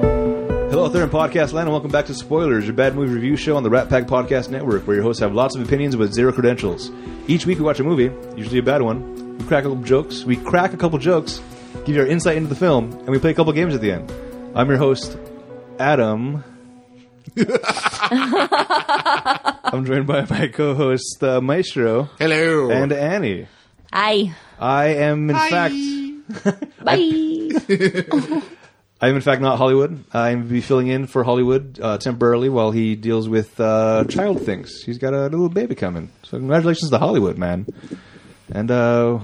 Hello out there in podcast land, and welcome back to Spoilers, your bad movie review show on the Rat Pack Podcast Network, where your hosts have lots of opinions with zero credentials. Each week we watch a movie, usually a bad one. We crack a couple jokes. We crack a couple jokes, give you our insight into the film, and we play a couple games at the end. I'm your host, Adam. I'm joined by my co-host uh, Maestro Hello. and Annie. Hi. I am in fact. Bye. I am, in fact, not Hollywood. I'm be filling in for Hollywood uh, temporarily while he deals with uh, child things. He's got a little baby coming, so congratulations to Hollywood, man, and uh,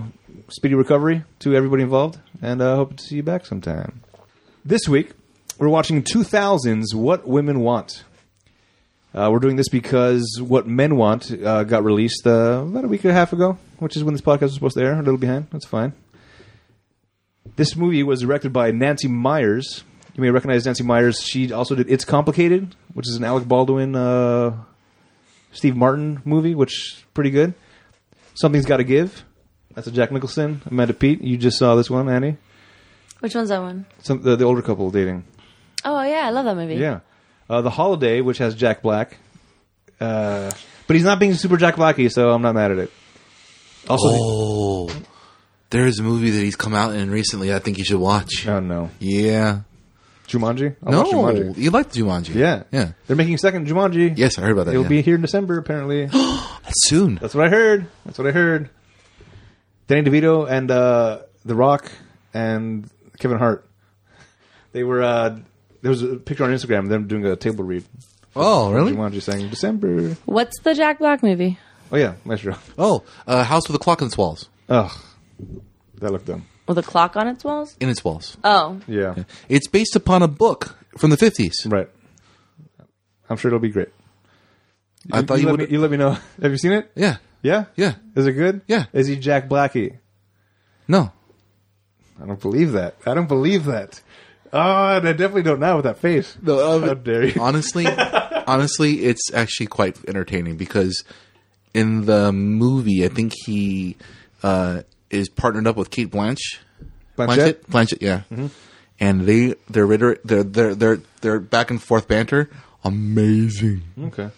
speedy recovery to everybody involved. And I hope to see you back sometime. This week, we're watching 2000's What Women Want. Uh, we're doing this because What Men Want uh, got released uh, about a week and a half ago, which is when this podcast was supposed to air. A little behind. That's fine. This movie was directed by Nancy Myers. You may recognize Nancy Myers. She also did It's Complicated, which is an Alec Baldwin, uh, Steve Martin movie, which is pretty good. Something's Got to Give. That's a Jack Nicholson, Amanda Pete. You just saw this one, Annie. Which one's that one? Some, the, the older couple dating. Oh yeah, I love that movie. Yeah. Uh, the Holiday, which has Jack Black. Uh, but he's not being super Jack Blacky, so I'm not mad at it. Also, Oh, there is a movie that he's come out in recently. I think you should watch. oh no, Yeah. Jumanji. I'll No, watch Jumanji. you like Jumanji. Oh. Yeah, Yeah. They're making a second Jumanji. Yes, I heard about that. It'll yeah. be here in December, apparently. soon. That's what I heard. That's what I heard. Danny DeVito and uh, The Rock and Kevin Hart. They were. Uh, there was a picture on Instagram of them doing a table read. Oh, really? Jumanji saying December. What's the Jack Black movie? Oh yeah, Maestro. Oh, uh, House with a Clock in its walls. Ugh, that looked dumb. With a clock on its walls? In its walls. Oh. Yeah, It's based upon a book from the fifties. right. I'm sure it'll be great. I thought you let me, would. you let me know. Have you seen it? Yeah. Yeah, Yeah. Is it good? Yeah. Is he Jack Blackie? No. I don't believe that. I don't believe that. Oh, and I definitely don't now with that face. How dare you? honestly, honestly, it's actually quite entertaining because in the movie, I think he uh, is partnered up with Kate Blanch. Blanchett? Blanchett, Mm-hmm. Blanchett, yeah. And they their rhetoric, their their their their back and forth banter, amazing. Okay.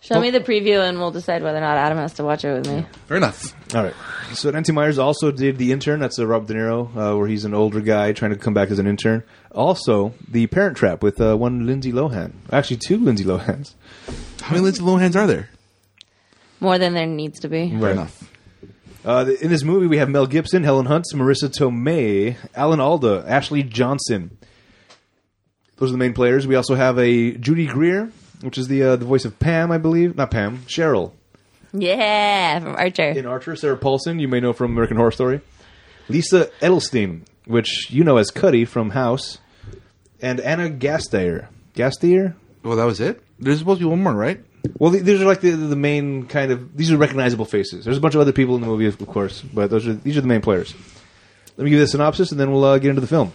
Show me the preview and we'll decide whether or not Adam has to watch it with me. Fair enough. All right. So Nancy Myers also did The Intern. That's a Rob De Niro, uh, where he's an older guy trying to come back as an intern. Also, The Parent Trap with uh, one Lindsay Lohan. Actually, two Lindsay Lohans. How many Lindsay Lohan's are there? More than there needs to be. Fair Right. enough. Uh, th- in this movie, we have Mel Gibson, Helen Hunt, Marissa Tomei, Alan Alda, Ashley Johnson. Those are the main players. We also have a Judy Greer, which is the uh, the voice of Pam, I believe. Not Pam, Cheryl Yeah, from Archer. in Archer. Sarah Paulson, you may know from American Horror Story. Lisa Edelstein, which you know as Cuddy from House, and Anna Gasteyer. Gasteyer? Well, that was it. There's supposed to be one more, right? Well, th- these are like the, the main kind of these are recognizable faces. There's a bunch of other people in the movie, of course, but those are these are the main players. Let me give you the synopsis, and then we'll uh, get into the film.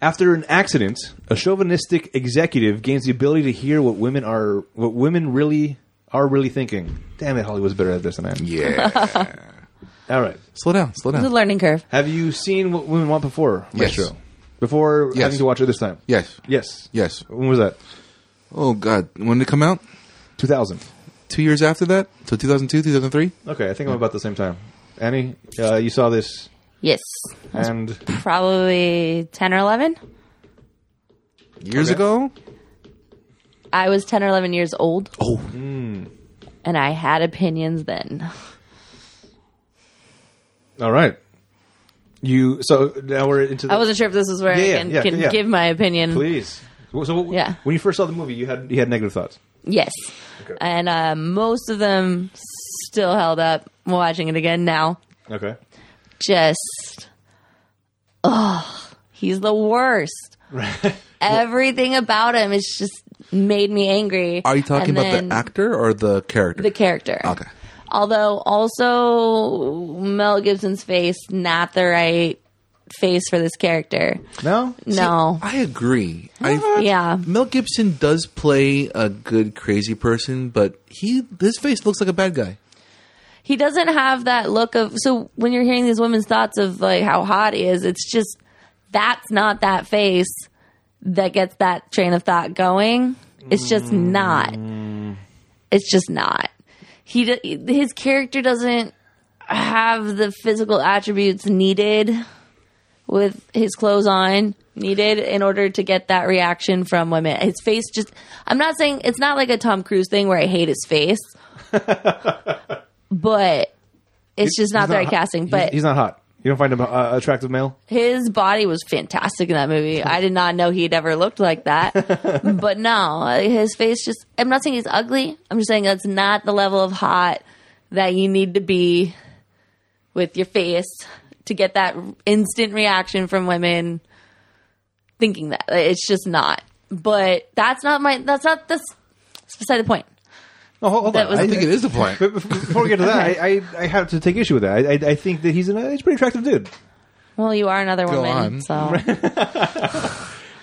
After an accident, a chauvinistic executive gains the ability to hear what women are what women really are really thinking. Damn it, Hollywood's better at this than I am. Yeah. All right. slow down. Slow It's a down. learning curve. Have you seen What Women Want before, Yes. Maestro? Before Yes. having to watch it this time? Yes. Yes. Yes. When was that? Oh God. When did it come out? 2000. Two years after that. So 2002, 2003. Okay, I think I'm about the same time. Annie, uh, you saw this, Yes. and Probably 10 or 11. Years Okay. ago. I was 10 or 11 years old Oh, and I had opinions then. all right, you. So now we're into. The, I wasn't sure if this is where Yeah, yeah, I can, yeah, can yeah. give my opinion. Please. Well, So what, Yeah. when you first saw the movie, you had you had negative thoughts. Yes. Okay. And uh, most of them still held up. I'm watching it again now. Okay. Just, oh, he's the worst. Everything about him is just made me angry. are you talking And about then the actor or the character? The character. Okay. Although, also, Mel Gibson's face, not the right face for this character. No. No. I agree. I, Yeah. Mel Gibson does play a good crazy person, but he his face looks like a bad guy. he doesn't have that look of so when you're hearing these women's thoughts of like how hot he is it's just that's not that face that gets that train of thought going. It's just not. It's just not. He d- his character doesn't have the physical attributes needed with his clothes on needed in order to get that reaction from women. His face just I'm not saying it's not like a Tom Cruise thing where I hate his face. but it's just not the right hot. casting, He's- but he's, not hot. You don't find him uh, attractive male. his body was fantastic in that movie. I did not know he'd ever looked like that. but no, his face just I'm not saying he's ugly. I'm just saying that's not the level of hot that you need to be with your face to get that instant reaction from women thinking that it's just not. But that's not my that's not this it's beside the point. Oh, No, hold, hold That on. was- I think it is the point. But bef- before we get to that, I, I, I have to take issue with that. I, I, I think that he's an uh, he's a pretty attractive dude. Well, you are another Go woman, on. so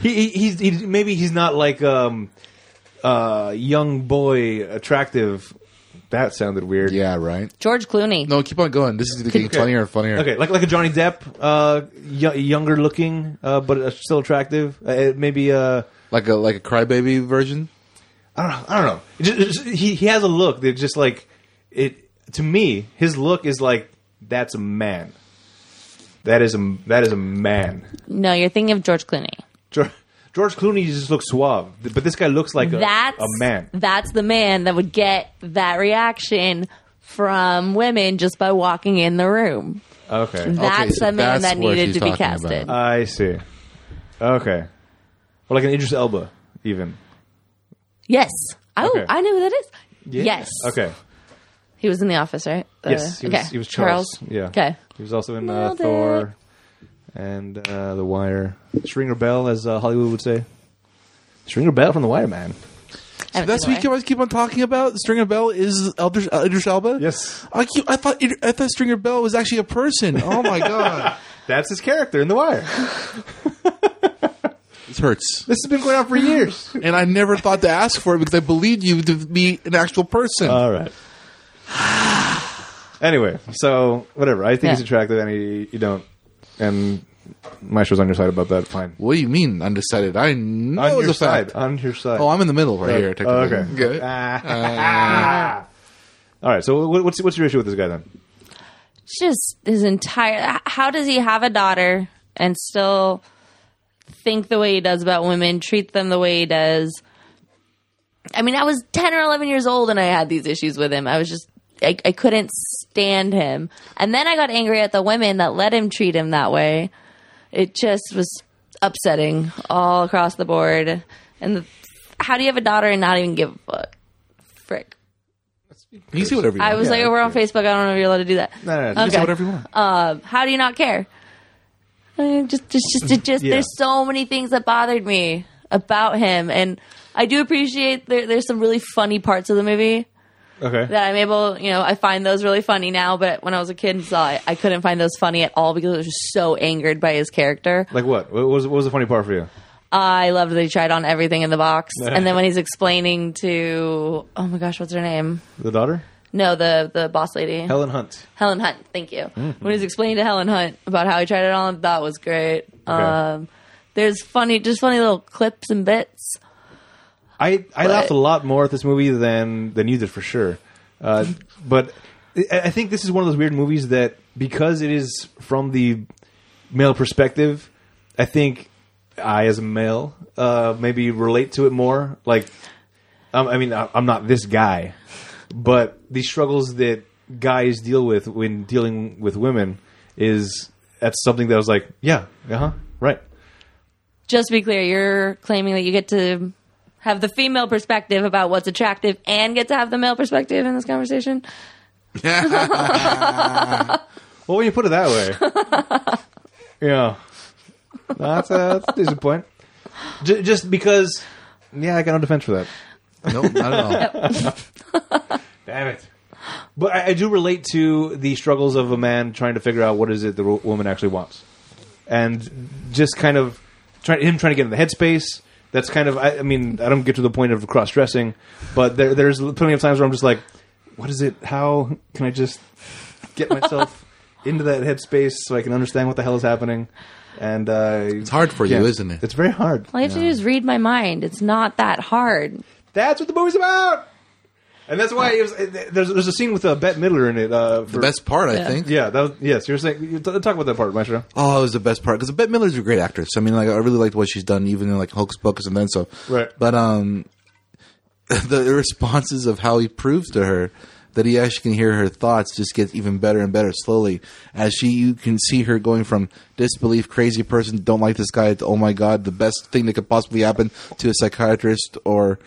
He, he he's he, maybe he's not like um uh young boy attractive. That sounded weird. Yeah, right. George Clooney. No, keep on going. This is either getting Okay. funnier and funnier. Okay, like like a Johnny Depp, uh, y- younger looking, uh, but uh, still attractive. Uh, it- maybe uh, Like a like a crybaby version. I don't know. I don't know. It just- it just- he he has a look that just like it to me. His look is like that's a man. That is a that is a man. No, you're thinking of George Clooney. George, George Clooney just looks suave, but this guy looks like a, that's a man. That's the man that would get that reaction from women just by walking in the room. Okay, That's so the man that's that what needed she's to be talking casted. about. I see. Okay, or like an Idris Elba, even. Yes. Oh, Okay. I know who that is. Yes. Okay. He was in the office, right? Yes, Uh, he was, he was Charles. Yeah. Okay. He was also in uh, Nailed it. Thor and uh, The Wire. Stringer Bell, as uh, Hollywood would say. Stringer Bell from The Wire, man. I haven't That's seen what you The Wire. guys keep on talking about. Stringer Bell is Elder, uh, Idris Elba. Yes. I keep, I thought Id- I thought Stringer Bell was actually a person. Oh my god, That's his character in The Wire. this hurts. this has been going on for years. And I never thought to ask for it because I believed you to be an actual person. All right. Anyway, so whatever. I think he's Yeah. attractive, and he, you don't. And my show's on your side about that. Fine. what do you mean undecided? I know on it's your a side. fact. On your side. Oh, I'm in the middle right here. Oh, Technically. okay. Good. Uh, Ah. All right. So what- what's what's your issue with this guy then? It's Just his entire. h- How does he have a daughter and still think the way he does about women, treat them the way he does? I mean, I was 10 or 11 years old and I had these issues with him. I was just, I, I couldn't stand him. And then I got angry at the women that let him treat him that way. It just was upsetting all across the board. And the, how do you have a daughter and not even give a fuck? Frick. You can say whatever you want. I was Yeah, like, oh, we're on Facebook. I don't know if you're allowed to do that. No, no, no, just Say Okay. whatever you want. Uh, How do you not care? I just, just, just, it just Yeah. there's so many things that bothered me about him, and I do appreciate there, there's some really funny parts of the movie Okay. that I'm able, you know, I find those really funny now. But when I was a kid and saw it, I couldn't find those funny at all because I was just so angered by his character. Like what? What was, what was the funny part for you? I loved that he tried on everything in the box, and then when he's explaining to, oh my gosh, what's her name? The daughter? No, the the boss lady. Helen Hunt. Helen Hunt, thank you. Mm-hmm. When he was explaining to Helen Hunt about how he tried it on, that was great. Um, there's funny, just funny little clips and bits. I, I But- laughed a lot more at this movie than than you did for sure. Uh, but I I think this is one of those weird movies that because it is from the male perspective, I think I as a male uh, maybe relate to it more. Like, um, I mean, I- I'm not this guy, but the struggles that guys deal with when dealing with women is that's something that I was like, yeah, uh huh, right. Just to be clear, you're claiming that you get to have the female perspective about what's attractive and get to have the male perspective in this conversation. Well, when you put it that way, yeah, that's a, that's a decent point. J- just because, yeah, I got no defense for that. no, not at all. Damn it! But I, I do relate to the struggles of a man trying to figure out what is it the wo- woman actually wants, and just kind of try, him trying to get in the headspace. That's kind of I, I mean I don't get to the point of cross dressing, but there, there's plenty of times where I'm just like, what is it? How can I just get myself into that headspace so I can understand what the hell is happening. And uh, it's hard for you, isn't it? It's very hard. All you have to do is read my mind. It's not that hard. That's what the movie's about. And that's why it was, there's there's a scene with uh, Bette Midler in it. Uh, for, The best part, I Yeah. think. Yeah, that was, yes. You were saying you t- talk about that part, Maestro. Oh, it was the best part because Bette Miller's a great actress. I mean, like I really liked what she's done, even in like Hocus Pocus and then so. Right. But um, the responses of how he proves to her that he actually can hear her thoughts just gets even better and better slowly as she you can see her going from disbelief, crazy person, don't like this guy, to oh my god, the best thing that could possibly happen to a psychiatrist or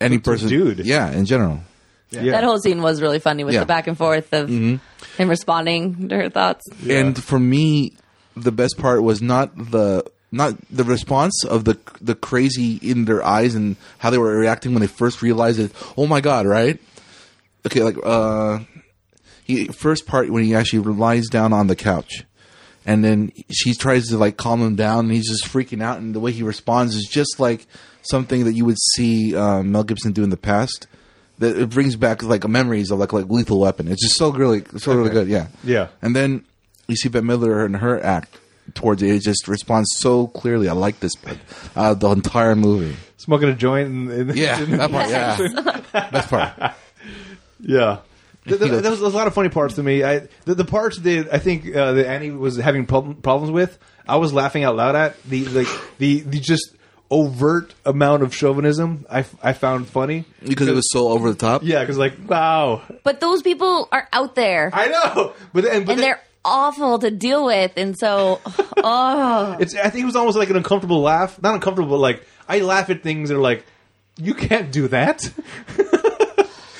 any person, dude. Yeah, in general. Yeah. Mm-hmm. That whole scene was really funny with Yeah. the back and forth of him responding to her thoughts. And for me, the best part was not the not the response of the the crazy in their eyes and how they were reacting when they first realized it. Oh my god! Right? Okay, like uh, he first part when he actually lies down on the couch. And then she tries to like calm him down, and he's just freaking out. And the way he responds is just like something that you would see uh, Mel Gibson do in the past. That it brings back like memories of like like Lethal Weapon. It's just so really so really good, yeah. Yeah. And then you see Bette Midler and her act towards it. It just responds so clearly. I like this part. Uh, the entire movie. Smoking a joint. In, in, Yeah, in- that part. Yeah, best part. yeah. Th- th- You know- there was there's a lot of funny parts to me. I the, the parts that I think uh, that Annie was having prob- problems with, I was laughing out loud at the like the the just overt amount of chauvinism I, f- I found funny Because it was so over the top. yeah because like wow But those people are out there, I know but then but then- and they're awful to deal with. And so, oh, It's. I think it was almost like an uncomfortable laugh. Not uncomfortable, but like I laugh at things that are like, you can't do that.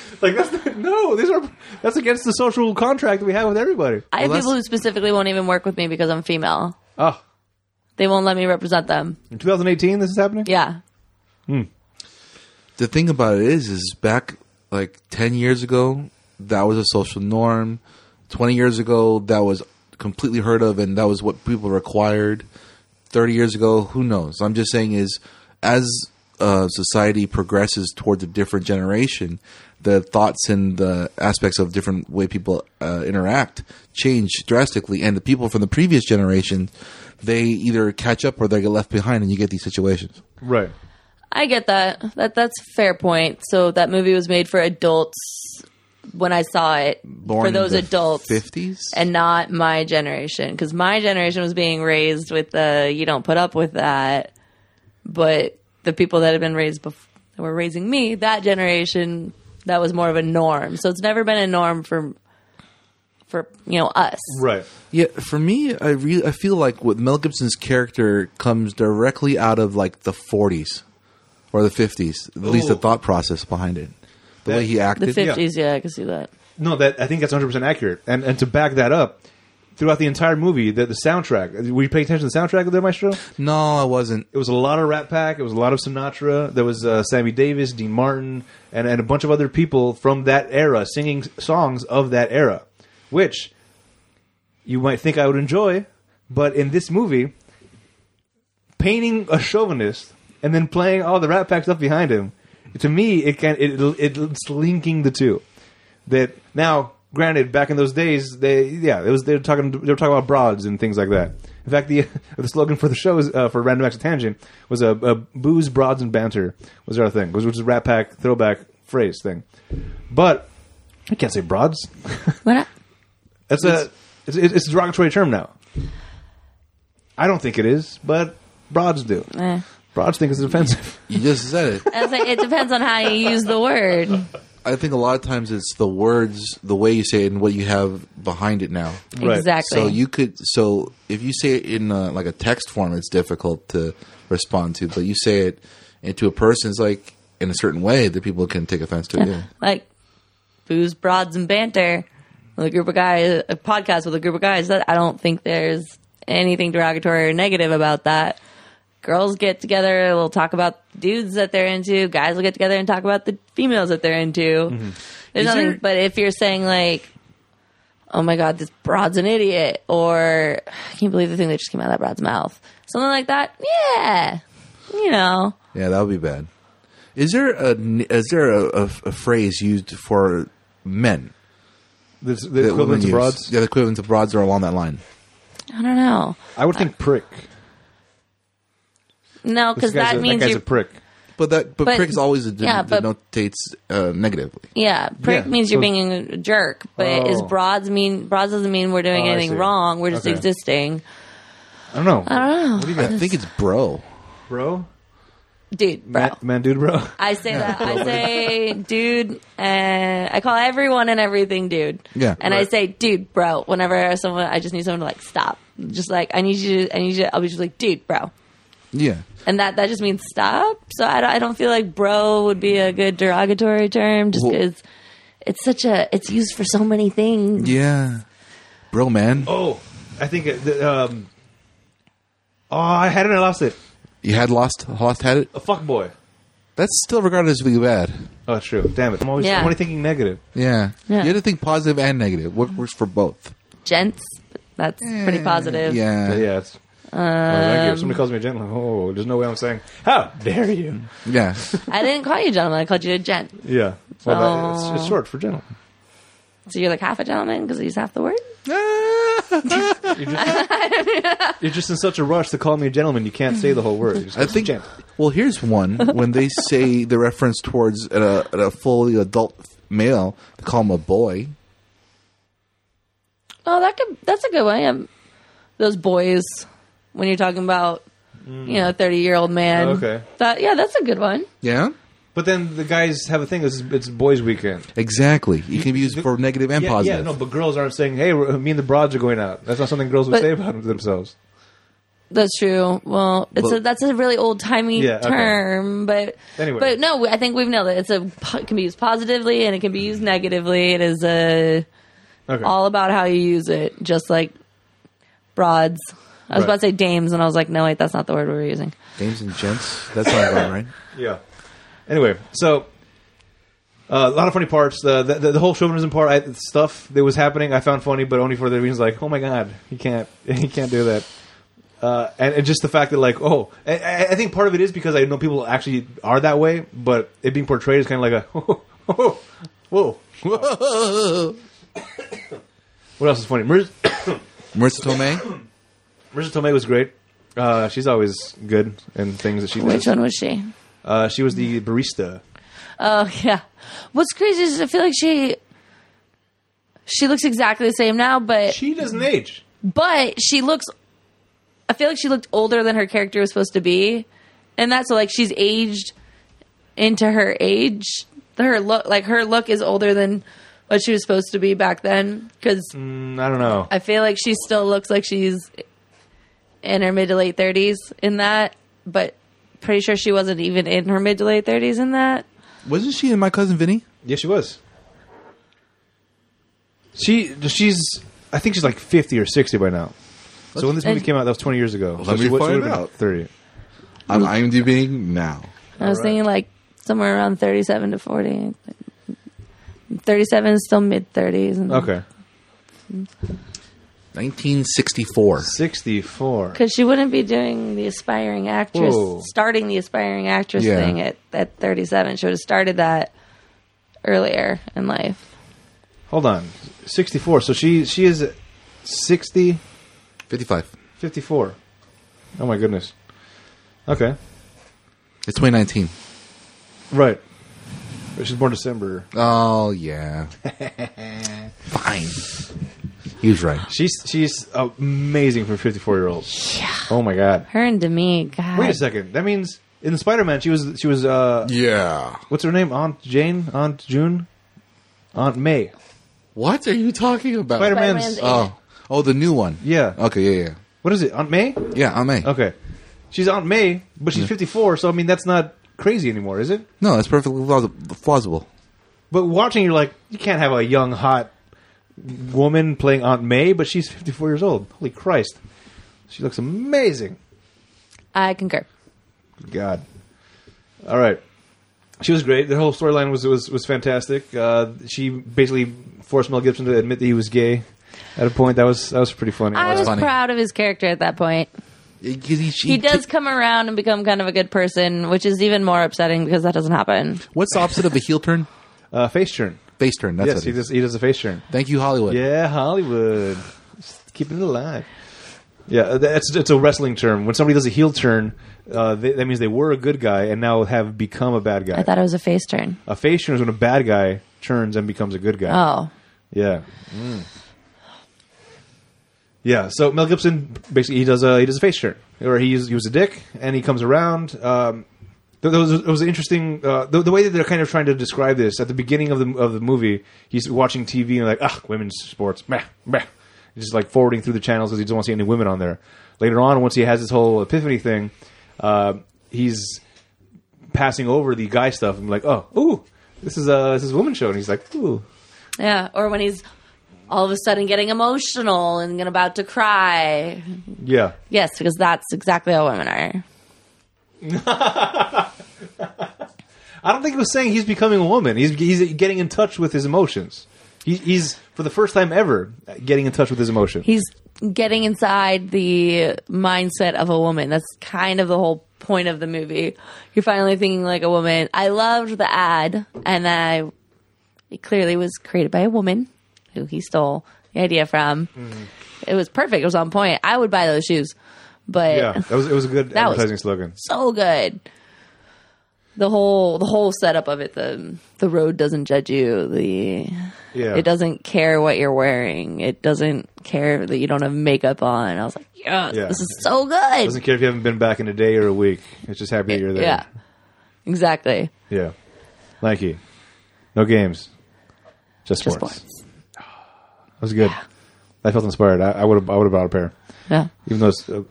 like that's not, no. These are that's against the social contract we have with everybody. I Well, have that's- people who specifically won't even work with me because I'm female. Oh, They won't let me represent them. in 2018, this is happening. Yeah. the thing about it is, is back like ten years ago, that was a social norm. Twenty years ago, that was completely heard of, and that was what people required. Thirty years ago, who knows? I'm just saying, is as uh, society progresses towards a different generation, the thoughts and the aspects of different way people uh, interact change drastically, and the people from the previous generation, they either catch up or they get left behind, and you get these situations. Right. I get that. That that's a fair point. So that movie was made for adults when I saw it for in those the adults 50s and not my generation cuz my generation was being raised with the you don't put up with that. But the people that had been raised before that were raising me, that generation that was more of a norm. So it's never been a norm for for you know us. Right. Yeah, for me, I re- I feel like with Mel Gibson's character comes directly out of like the 40s or the 50s, at least the Ooh. thought process behind it, the That- way he The acted. 50s, yeah, I can see that. No, that I think that's 100 percent accurate. And and to back that up, throughout the entire movie, the, the soundtrack. Were you paying attention to the soundtrack of the Maestro? No, I wasn't. It was a lot of Rat Pack. It was a lot of Sinatra. There was uh, Sammy Davis, Dean Martin, and, and a bunch of other people from that era singing s- songs of that era, which you might think I would enjoy, but in this movie, painting a chauvinist and then playing all the Rat Pack stuff behind him, to me, it can it, it it's linking the two. That now, granted, back in those days, they yeah, it was they were talking they were talking about broads and things like that. In fact, the the slogan for the show is, uh, for Random Acts of Tangent was a, uh booze, broads, and banter was our thing, which was a Rat Pack throwback phrase thing. But I can't say broads. Why not? That's a it's, it's it's a derogatory term now. I don't think it is, but broads do. Eh. Broads think it's offensive. You just said it. I was like, it depends on how you use the word. I think a lot of times it's the words, the way you say it, and what you have behind it now. Right. Exactly. So you could so if you say it in uh like a text form, it's difficult to respond to, but you say it into a person's like in a certain way that people can take offense to. Yeah. like booze, broads, and banter with a group of guys, a podcast with a group of guys. That I don't think there's anything derogatory or negative about that. Girls get together, they'll talk about dudes that they're into. Guys will get together and talk about the females that they're into. There's Mm-hmm. Is nothing, there- but if you're saying like, "Oh my god, this broad's an idiot," or "I can't believe the thing that just came out of that broad's mouth," something like that, yeah, you know, Yeah, that would be bad. Is there a is there a, a, a phrase used for men The, the equivalent to broads. Yeah, the equivalents of broads are along that line. I don't know. I would think prick. No, This because guy's that a, means that guy's you're a prick. But that but, But- prick is always a, yeah, but- denotates uh, negatively. yeah. Prick Yeah, means so- you're being a jerk, but Oh. is broads mean broads doesn't mean we're doing Oh, I see. anything wrong. We're just Okay. existing, I don't know. I don't know. What do you I got, think it's bro. bro? dude, bro. Man, man, dude, bro. I say that. I say, dude, and I call everyone and everything, dude. Yeah. And I Right. say, dude, bro. Whenever someone, I just need someone to like stop. Just like I need you. To, I need you. To, I'll be just like, dude, bro. Yeah. And that that just means stop. So I don't, I don't feel like bro would be a good derogatory term just Well- because it's such a it's used for so many things. Yeah. Bro, man. Oh, I think. It, the, um, oh, I had it. I lost it. You had lost lost had it. A fuck boy. That's still regarded as being bad. Oh, it's true. Damn it. I'm always, Yeah. I'm only thinking negative. Yeah. Yeah. You have to think positive and negative. What works for both? Gents, that's pretty positive. Hmm. Yeah. Yeah. yeah, it's. Well, thank you. If somebody calls me a gentleman, oh, there's no way I'm saying, how dare you? I didn't call you gentleman. I called you a gent. Yeah. Well, that, it's, it's So- short for gentleman. So you're like half a gentleman because he's half the word. You're just, you're just in such a rush to call me a gentleman, you can't say the whole word. You just I go, think. "Gent." Well, here's one. When they say the reference towards a, a fully adult male, they call him a boy. Oh, that could that's a good one. Yeah. Those boys when you're talking about you know, thirty year old man. Oh, Okay. That yeah, that's a good one. Yeah. But then the guys have a thing. It's, it's boys' weekend. Exactly. It can be used for negative and yeah, positive. Yeah, no, but girls aren't saying, "Hey, we're- me and the broads are going out." That's not something girls would But- say about themselves. That's true. Well, it's a, But- that's a really old timey Yeah, okay. term, but Anyway. but no, I think we've nailed it. It's a it can be used positively and it can be used negatively. It is a Okay. all about how you use it, just like broads. I was Right. about to say dames, and I was like, no, wait, that's not the word we were using. Dames and gents. That's not wrong, right? yeah. Anyway, so uh, a lot of funny parts. The the, the, the whole chauvinism part I, stuff that was happening, I found funny, but only for the reasons like, "Oh my god, you can't, you can't do that." Uh, and, and just the fact that, like, oh, I- I, I think part of it is because I know people actually are that way, but it being portrayed is kind of like a, oh, oh, whoa, whoa. what else is funny? Mar- Marissa Tomei. Marissa Tomei was great. Uh, she's always good in things that she Which does. one was she? Uh, she was the barista. Oh yeah. What's crazy is I feel like she she looks exactly the same now, but She doesn't age. but she looks I feel like she looked older than her character was supposed to be. And that's so like she's aged into her age. Her look like her look is older than what she was supposed to be back then cuz Mm, I don't know. I feel like she still looks like she's in her mid to late 30s in that, but pretty sure she wasn't even in her mid to late 30s in that. Wasn't she in My Cousin Vinny? yeah, she was. She she's I think she's like fifty or sixty by now. So when this movie And- came out, that was twenty years ago. so Let she me would- she find would've been out. Thirty. I'm IMDbing now. I was All right. thinking like somewhere around 37 to 40. 37 is still mid 30s. and- Okay, 1964. sixty-four. Because she wouldn't be doing the aspiring actress, Whoa. starting the aspiring actress Yeah. thing at, at 37. She would have started that earlier in life. Hold on, sixty-four. So she she is 60, 55. 54. Oh my goodness. Okay, It's 2019. right. But She's born December. Oh yeah. Fine. He was right. She's she's amazing for fifty four year olds. Yeah. Oh my god. Her and Demi, God. Wait a second. That means in Spider Man she was she was uh Yeah. what's her name? Aunt Jane? Aunt June? Aunt May. What are you talking about? Spider Spider-Man's Man's aunt. Oh, oh, the new one. Yeah. Okay. Yeah. What is it? Aunt May? Yeah. Yeah. I'm a. Okay. She's Aunt May, but she's fifty four, so I mean that's not crazy anymore, is it? No, that's perfectly plausible. plausible. But watching you're like, you can't have a young, hot woman playing Aunt May, but she's fifty four years old. Holy Christ. She looks amazing. I concur. God. All right. She was great. The whole storyline was was was fantastic. Uh, she basically forced Mel Gibson to admit that he was gay at a point. That was that was pretty funny. Uh, I was funny. proud of his character at that point. Because he, she He does come around and become kind of a good person, which is even more upsetting because that doesn't happen. What's the opposite of a heel turn? uh, face turn. Face turn. That's yes, what he it is. does. He does a face turn. Thank you, Hollywood. Yeah, Hollywood, Just keeping it alive. Yeah, that's it's a wrestling term. When somebody does a heel turn, uh, they, that means they were a good guy and now have become a bad I guy. thought it was a face turn. A face turn is when a bad guy turns and becomes a good guy. Oh, Yeah. Mm. Yeah. So Mel Gibson basically he does a he does a face turn, or he he was a dick, and he comes around. Um, th- there was, it was interesting uh, the, the way that they're kind of trying to describe this at the beginning of the of the movie. He's watching TV and like ah women's sports meh meh, just like forwarding through the channels because he doesn't want to see any women on there. Later on, once he has this whole epiphany thing, uh, he's passing over the guy stuff and like oh ooh this is a this is a woman show and he's like ooh yeah. Or when he's all of a sudden getting emotional and about to cry. yeah Yes, because that's exactly how women are. I don't think he was saying he's becoming a woman. He's he's getting in touch with his emotions. He, he's for the first time ever getting in touch with his emotions. He's getting inside the mindset of a woman. That's kind of the whole point of the movie. You're finally thinking like a woman. I loved the ad, and I it clearly was created by a woman who he stole the idea from. It was perfect. It was on point. I would buy those shoes, but yeah, that was it was a good That was- advertising slogan. so good. The whole the whole setup of it the the road doesn't judge you the Yeah, it doesn't care what you're wearing it doesn't care that you don't have makeup on I was like yes, Yeah. this is so Doesn't good care if you haven't been back in a day or a week. It's just happy that you're there. yeah exactly yeah. Nike, no games, just Just sports. That was good. I felt inspired. I would have I would have bought a pair, yeah even though it's a,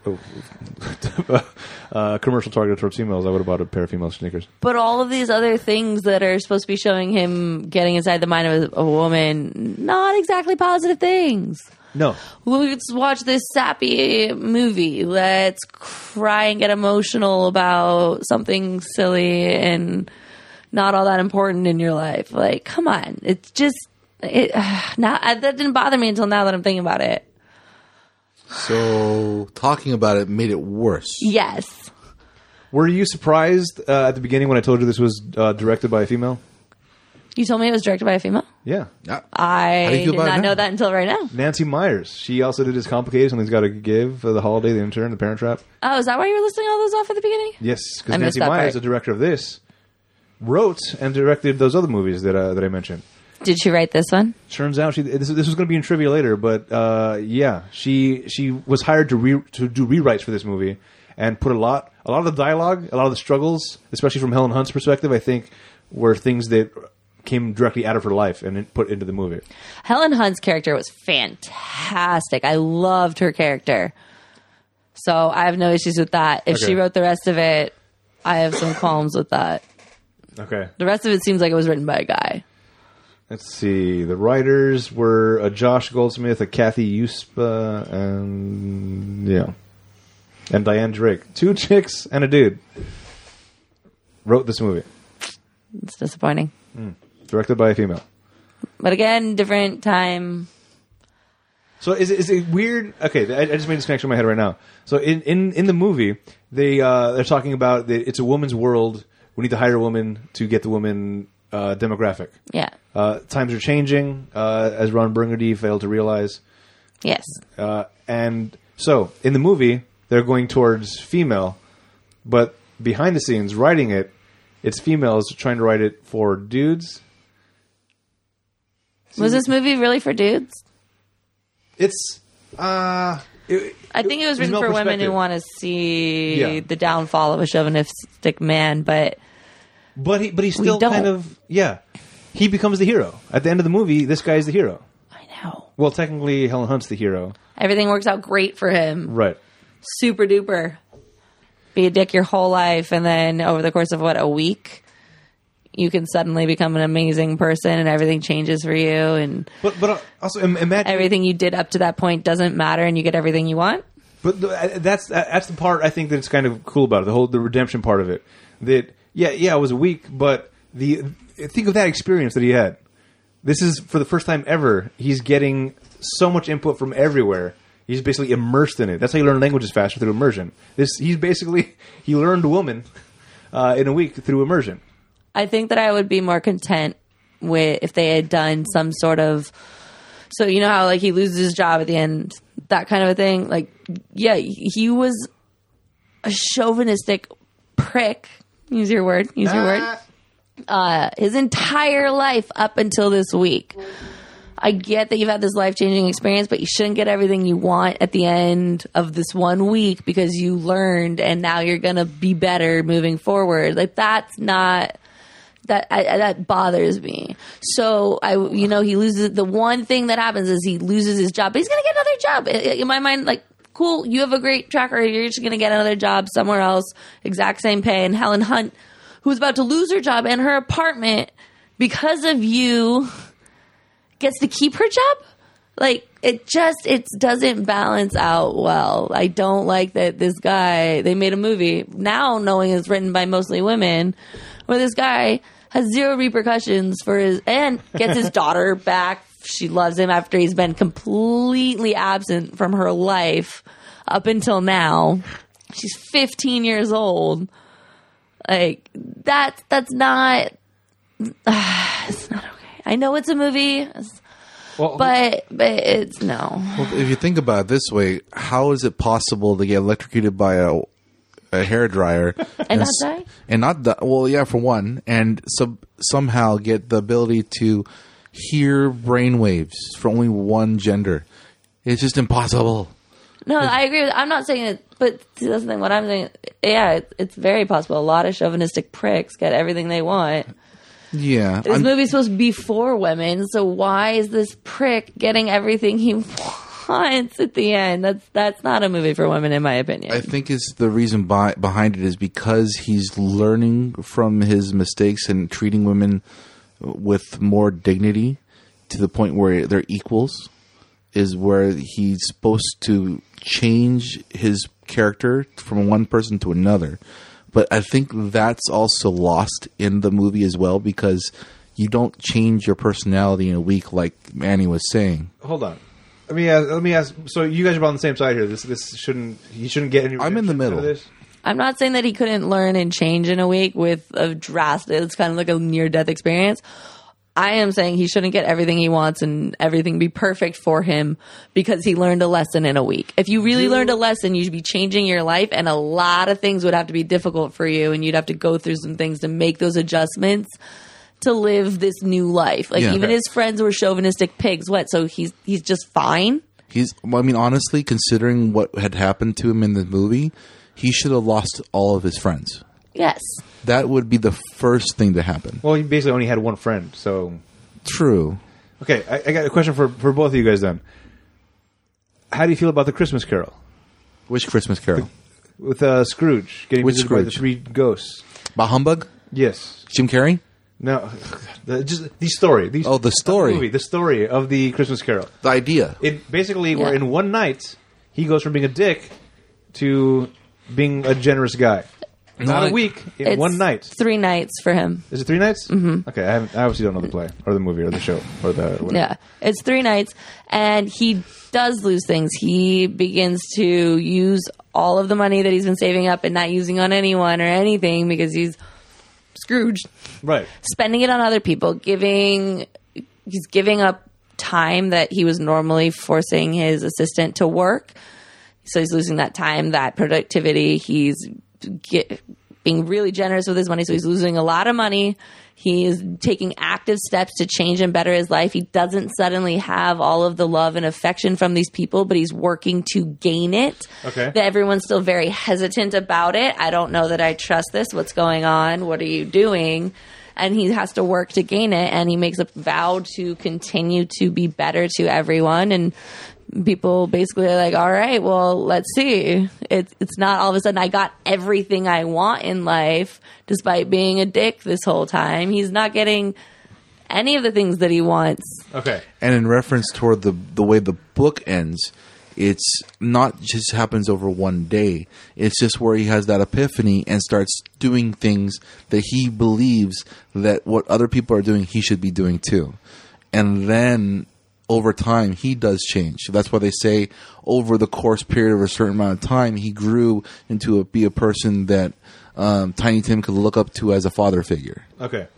a, a commercial targeted towards females. I would have bought a pair of female sneakers. but all of these other things that are supposed to be showing him getting inside the mind of a, a woman not exactly positive things No, let's watch this sappy movie. Let's cry and get emotional about something silly and not all that important in your life. Like, come on. It's just it now uh, that didn't bother me until now that I'm thinking about it. So talking about it made it worse. Yes. Were you surprised uh, at the beginning when I told you this was uh, directed by a female? You told me it was directed by a female. Yeah. Yeah. How I do you feel did about it not now? know that until right now. Nancy Myers. She also did his complicated something's got to give for the holiday, the intern, the parent trap. Oh, is that why you were listing all those off at the beginning? Yes, because I missed Nancy that Myers, part. the director of this, wrote and directed those other movies that uh, that I mentioned. Did she write this one? Turns out she this, this was going to be in trivia later, but uh, yeah, she she was hired to re, to do rewrites for this movie and put a lot a lot of the dialogue, a lot of the struggles, especially from Helen Hunt's perspective, I think were things that came directly out of her life and it put into the movie. Helen Hunt's character was fantastic. I loved her character. So I have no issues with that. If Okay. she wrote the rest of it, I have some qualms with that. Okay. The rest of it seems like it was written by a guy. Let's see. The writers were a Josh Goldsmith, a Kathy Uspa, and yeah, and Diane Drake. Two chicks and a dude wrote this movie, It's disappointing. directed by a female. But again, different time. So is it- is it weird? Okay, I, I just made this connection in my head right now. So in in, in the movie, they uh, they're talking about that it's a woman's world. We need to hire a woman to get the woman uh, demographic. Yeah. Uh, times are changing, uh, as Ron Burgundy failed to realize. Yes. Uh, and so in the movie, they're going towards female, but behind the scenes, writing it, it's females trying to write it for dudes. Was this movie really for dudes? It's uh, it, I think it was There's written no for women who perspective. want to see Yeah. the downfall of a chauvinistic man, but but he but he's still don't. kind of yeah. He becomes the hero at the end of the movie. This guy's the hero. I know. Well, technically, Helen Hunt's the hero, Everything works out great for him. right? super duper be a dick your whole life and then over the course of what a week you can suddenly become an amazing person and everything changes for you and But but also im- imagine everything you did up to that point doesn't matter and you get everything you want But th- uh, that's uh, that's the part I think that's kind of cool about it. The whole the redemption part of it. That yeah yeah it was weak, but the think of that experience that he had. This is for the first time ever. He's getting so much input from everywhere. He's basically immersed in it. That's how you learn languages faster through immersion. This he's basically he learned woman uh, in a week through immersion. i think that i would be more content with if they had done some sort of so you know how like he loses his job at the end, that kind of a thing. Like yeah, he was a chauvinistic prick. Use your word. Use your word. Uh, his entire life up until this week. I get that you've had this life changing experience, but you shouldn't get everything you want at the end of this one week because you learned and now you're going to be better moving forward. Like, that's not. That I, I- that bothers me. So I, you know, he loses the one thing that happens is he loses his job, but he's gonna get another job. I- I- In my mind, like, cool, you have a great track record. You're just gonna get another job somewhere else, exact same pay. And Helen Hunt, who's about to lose her job and her apartment because of you gets to keep her job like it just it doesn't balance out well i don't like that this guy they made a movie now knowing it's written by mostly women where this guy has zero repercussions for his and gets his daughter back she loves him after he's been completely absent from her life up until now she's 15 years old like that that's not it's not okay i know it's a movie Well, but but it's no. Well, if you think about it this way, how is it possible to get electrocuted by a a hair dryer and, not s- die? And not die. Well, yeah, for one, and sub- somehow get the ability to hear brain waves for only one gender. It's just impossible. No, I agree. With, I'm not saying it, but see, that's the thing. What I'm saying, yeah, it, it's very possible. A lot of chauvinistic pricks get everything they want. Yeah, This I'm- movie's supposed to be for women, so why is this prick getting everything he wants at the end? That's that's not a movie for women, in my opinion. I think is the reason by, behind it is because he's learning from his mistakes and treating women with more dignity to the point where they're equals is where he's supposed to change his character from one person to another. But I think that's also lost in the movie as well because you don't change your personality in a week like Manny was saying. hold on. Let me ask, let me ask. So you guys are on the same side here. This this shouldn't he shouldn't get any. I'm in the redemption out of middle. This. I'm not saying that he couldn't learn and change in a week with a drastic. It's kind of like a near death experience. I am saying he shouldn't get everything he wants and everything be perfect for him because he learned a lesson in a week. If you really learned a lesson, you should be changing your life, and a lot of things would have to be difficult for you, and you'd have to go through some things to make those adjustments to live this new life. Like Yeah. even his friends were chauvinistic pigs. What? So he's he's just fine. He's. Well, I mean, honestly, considering what had happened to him in the movie, he should have lost all of his friends. Yes. That would be the first thing to happen. Well, he basically only had one friend. So True. okay, I, I got a question for for both of you guys. Then, how do you feel about the Christmas Carol Which Christmas Carol? with uh, Scrooge getting Which visited by the Scrooge? three ghosts? Bah humbug. Yes. Jim Carrey. No, the, just the story. The, Oh, the story. movie, the story of the Christmas Carol. The idea. It basically, where Yeah. in one night, he goes from being a dick to being a generous guy. Not Like- a week, in It's one night. Three nights for him. Is it three nights? Mm-hmm. Okay, I, haven't, I obviously don't know the play or the movie or the show or the. Whatever. Yeah, it's three nights, and he does lose things. He begins to use all of the money that he's been saving up and not using on anyone or anything because he's Scrooge, right. spending it on other people, giving he's giving up time that he was normally forcing his assistant to work. So he's losing that time, that productivity. He's get, being really generous with his money, so he's losing a lot of money. He is taking active steps to change and better his life. He doesn't suddenly have all of the love and affection from these people, but he's working to gain it. Okay. That everyone's still very hesitant about it. I don't know that I trust this. What's going on? What are you doing? And he has to work to gain it, and he makes a vow to continue to be better to everyone and people basically are like, all right, well, let's see. It's it's not all of a sudden I got everything I want in life despite being a dick this whole time. He's not getting any of the things that he wants. Okay. And in reference toward the the way the book ends, it's not just happens over one day. It's just where he has that epiphany and starts doing things that he believes that what other people are doing, he should be doing too. And then over time, he does change. That's why they say over the course period of a certain amount of time, he grew into a, be a person that um, Tiny Tim could look up to as a father figure. Okay.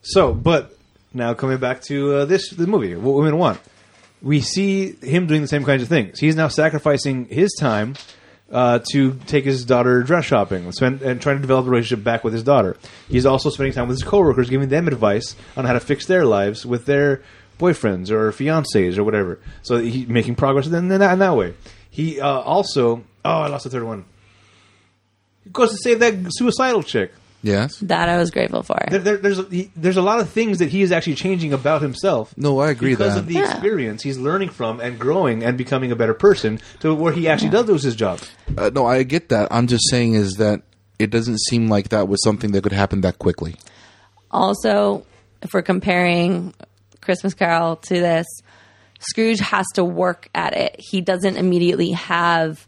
So, but now coming back to uh, this the movie, what women want, we see him doing the same kinds of things. He's now sacrificing his time uh, to take his daughter dress shopping and, spend, and trying to develop a relationship back with his daughter. He's also spending time with his coworkers, giving them advice on how to fix their lives with their boyfriends or fiancés or whatever. So he's making progress in that, in that way. He uh, also, oh, I lost the third one. He goes to save that suicidal chick. Yes. That I was grateful for. There, there, there's a, he, there's a lot of things that he is actually changing about himself. No, I agree because that. of the Yeah. experience he's learning from and growing and becoming a better person to where he actually does lose his job. Uh, no, I get that. I'm just saying is that it doesn't seem like that was something that could happen that quickly. Also, if we're comparing Christmas Carol to this, Scrooge has to work at it. He doesn't immediately have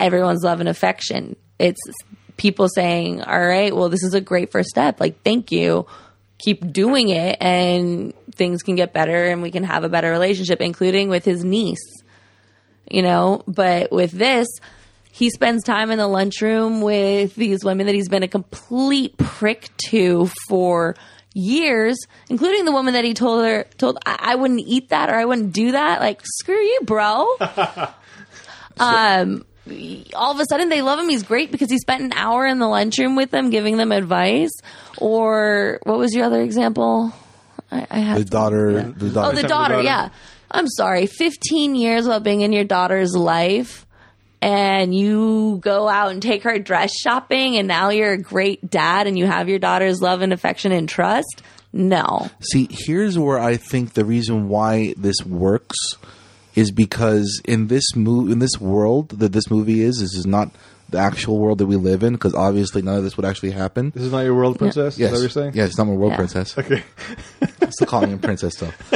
everyone's love and affection. It's people saying, "All right, well, this is a great first step. Like, thank you. Keep doing it, and things can get better, and we can have a better relationship, including with his niece." you know. But with this, he spends time in the lunchroom with these women that he's been a complete prick to for years, including the woman that he told her told I, I wouldn't eat that or I wouldn't do that. Like, screw you, bro. um. All of a sudden, they love him. He's great because he spent an hour in the lunchroom with them, giving them advice. Or what was your other example? I, I had The daughter, the daughter. Oh, the Except for the daughter, daughter. yeah. I'm sorry. 15 years of being in your daughter's life, and you go out and take her dress shopping, and now you're a great dad and you have your daughter's love and affection and trust. No. See, here's where I think the reason why this works is because in this mo- in this world that this movie is, this is not the actual world that we live in because obviously none of this would actually happen. This is not your world, princess. Yes, Is that what you're saying? yes, it's not my world Yeah. princess. Okay, still calling him princess stuff.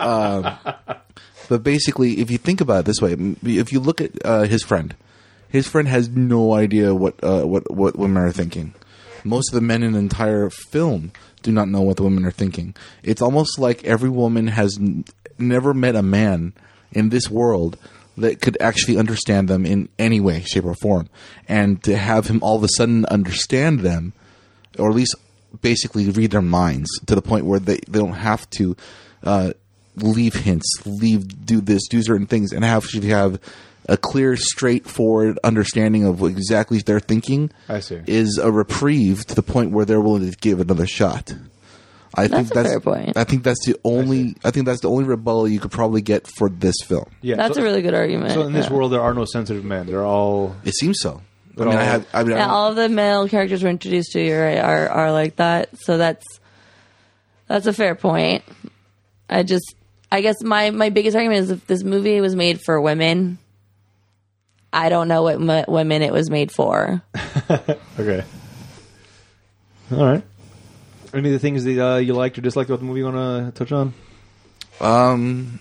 Um, but basically, if you think about it this way, m- if you look at uh, his friend, his friend has no idea what uh, what what women are thinking. Most of the men in the entire film do not know what the women are thinking. It's almost like every woman has n- never met a man in this world that could actually understand them in any way, shape, or form. And to have him all of a sudden understand them or at least basically read their minds to the point where they, they don't have to uh, leave hints, leave do this, do certain things, and have should have a clear, straightforward understanding of what exactly they're thinking. I see. is a reprieve to the point where they're willing to give another shot. I think That's a that's fair point. I think that's the only I, think that's the only rebuttal you could probably get for this film. Yeah, That's so, a really good argument. So in this Yeah. world, there are no sensitive men. They're all It seems so. I At mean, I all. have. I mean, I Yeah, don't- all of the male characters we're introduced to you're right, are are like that. So that's that's a fair point. I just I guess my my biggest argument is if this movie was made for women, I don't know what m- women it was made for. okay. All right. Any of the things that uh, you liked or disliked about the movie you want to touch on? Um,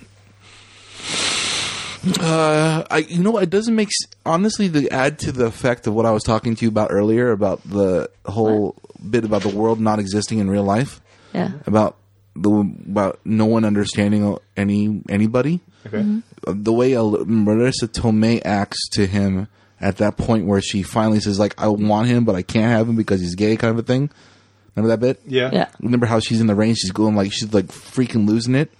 uh, I you know what, it doesn't make s- honestly to add to the effect of what I was talking to you about earlier about the whole bit about the world not existing in real life Yeah. about the about no one understanding any anybody Uh, Okay. Mm-hmm. the way El- Marissa Tomei acts to him at that point where she finally says like I want him but I can't have him because he's gay kind of a thing remember that bit Yeah. Yeah. remember how she's in the rain she's going like she's like freaking losing it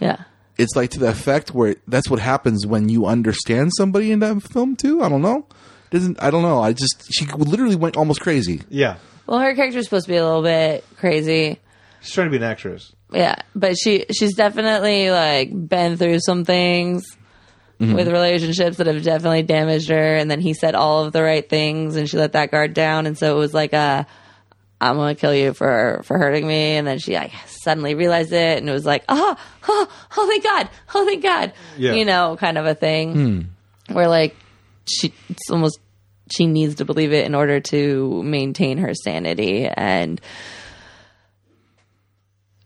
Yeah. it's like to the effect where that's what happens when you understand somebody in that film too. I don't know. Doesn't I don't know. I just she literally went almost crazy. Yeah. Well, her character's supposed to be a little bit crazy. She's trying to be an actress. Yeah, but she she's definitely like been through some things with relationships that have definitely damaged her. And then he said all of the right things, and she let that guard down. And so it was like a, I'm gonna kill you for for hurting me. And then she like suddenly realized it, and it was like, oh, oh, oh thank God, oh thank God, Yeah. you know, kind of a thing where like she it's almost she needs to believe it in order to maintain her sanity and.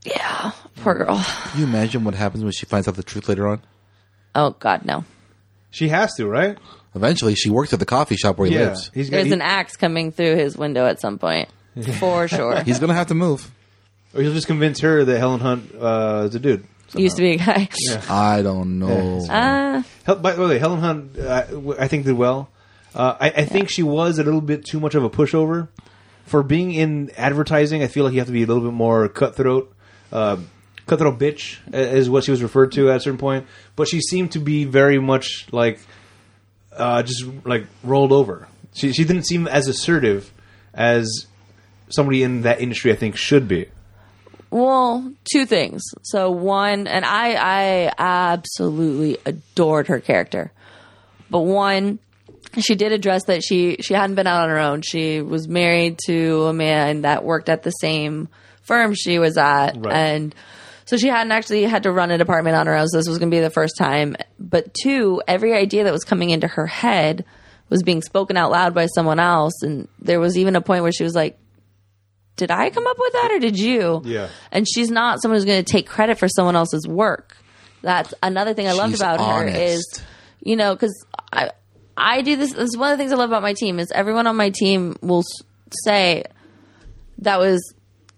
Yeah, poor girl. Can you imagine what happens when she finds out the truth later on? Oh God, no! She has to, right? Eventually, she works at the coffee shop where he yeah. lives. He's got, e- There's he, an axe coming through his window at some point, for sure. He's gonna have to move. or he'll just convince her that Helen Hunt uh, is a dude. He Used to be a guy. I don't know. Uh, Hel- by the way, Helen Hunt, uh, w- I think did well. Uh, I, I think she was a little bit too much of a pushover. for being in advertising, I feel like you have to be a little bit more cutthroat. Uh, cutthroat bitch i- is what she was referred to at a certain point, but she seemed to be very much like uh, just like rolled over. She she didn't seem as assertive as somebody in that industry I think should be. Well, two things. So one, and I I absolutely adored her character. But one, she did address that she she hadn't been out on her own. She was married to a man that worked at the same firm she was at Right. and so she hadn't actually had to run a department on her own. So this was going to be the first time. But two, every idea that was coming into her head was being spoken out loud by someone else and there was even a point where she was like did I come up with that or did you? Yeah. And she's not someone who's going to take credit for someone else's work. That's another thing I loved She's about her is, honest. you know, because I I do this. This is one of the things I love about my team is everyone on my team will s- say that was